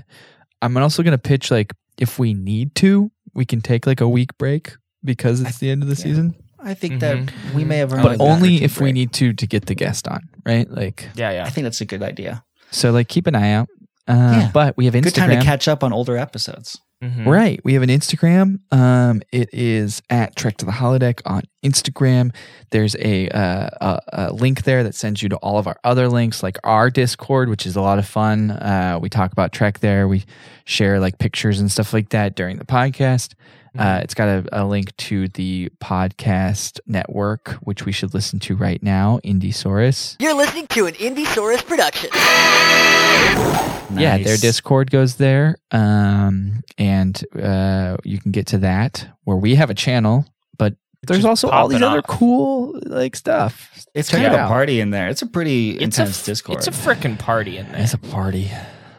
I'm also going to pitch like if we need to, we can take like a week break because it's the end of the season. I think Mm-hmm. that we may have earned But a only better if we break. need to to get the guest on, right? Like Yeah, yeah. I think that's a good idea. so, like keep an eye out. Uh, Yeah. But we have Instagram. Good time to catch up on older episodes. Mhm. Right. We have an Instagram. Um, it is at Trek to the Holodeck on Instagram. There's a, uh, a, a link there that sends you to all of our other links, like our Discord, which is a lot of fun. Uh, we talk about Trek there. We share like pictures and stuff like that during the podcast. Uh, it's got a, a link to the podcast network, which we should listen to right now, Indiesaurus. You're listening to an Indiesaurus production. Yeah, Nice. their Discord goes there, um, and uh, you can get to that where we have a channel, but there's Just also all these popping other off. cool like stuff. It's Check kind it of a out. party in there. It's a pretty It's a intense f- Discord. It's a freaking party in there. It's a party.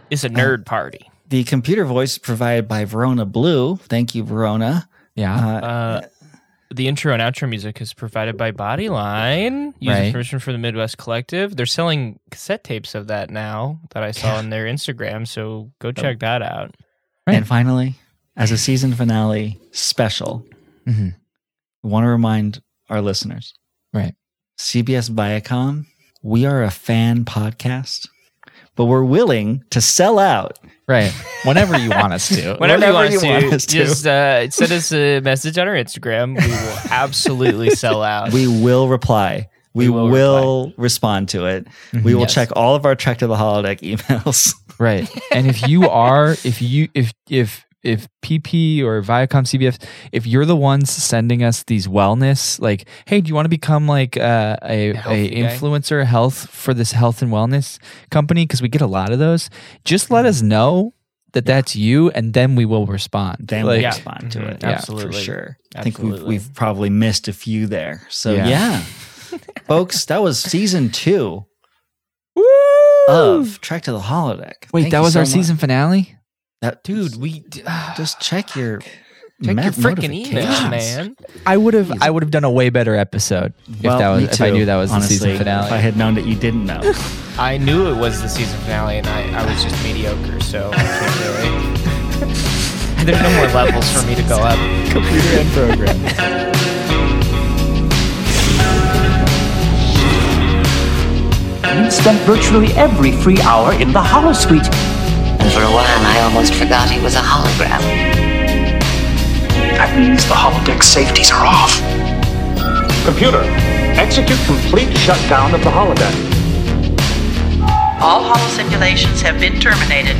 It's a nerd party. the computer voice provided by Verona Blue. Thank you, Verona. Yeah, Uh, Uh, the intro and outro music is provided by Bodyline. Using Right. permission for the Midwest Collective. They're selling cassette tapes of that now that I saw on their Instagram. So go check that out. right. And finally, as a season finale special, Mhm. I want to remind our listeners right. CBS Viacom, we are a fan podcast, but we're willing to sell out. Right. Whenever you want us to. Whenever, Whenever you want, you us to, want us to. just uh, send us a message on our Instagram. We will absolutely sell out. We will reply. We, We will will, respond to it. Mhm. We will Yes. check all of our Trek to the Holodeck emails. Right. And if you are, if you, if, if, if PP or Viacom CBF, if you're the ones sending us these wellness, like, hey, do you want to become like uh, a, a healthy guy? influencer health for this health and wellness company? Because we get a lot of those. Just Mm-hmm. let us know that that's you, and then we will respond. then Like, we Yeah. respond to Mm-hmm. Mhm. it. Yeah. for Absolutely. sure. I think we've, Absolutely. we've probably missed a few there. So Yeah. yeah, folks, that was season two of Trek to the Holodeck. Wait, Thank that you was so our much. season finale. That Dude, we d- just check your check me- your freaking email, notifications. man. I would have, I would have done a way better episode if Well, that was, me if I too, knew that was honestly, the season finale. If I had known that you didn't know. I knew it was the season finale, and I, I was just mediocre, so I can't do it. There's no more levels for me to go up. Computer and program. You've spent virtually every free hour in the Hollow Suite. And for a while, I almost forgot he was a hologram. That means the holodeck safeties are off. Computer, execute complete shutdown of the holodeck. All holo simulations have been terminated.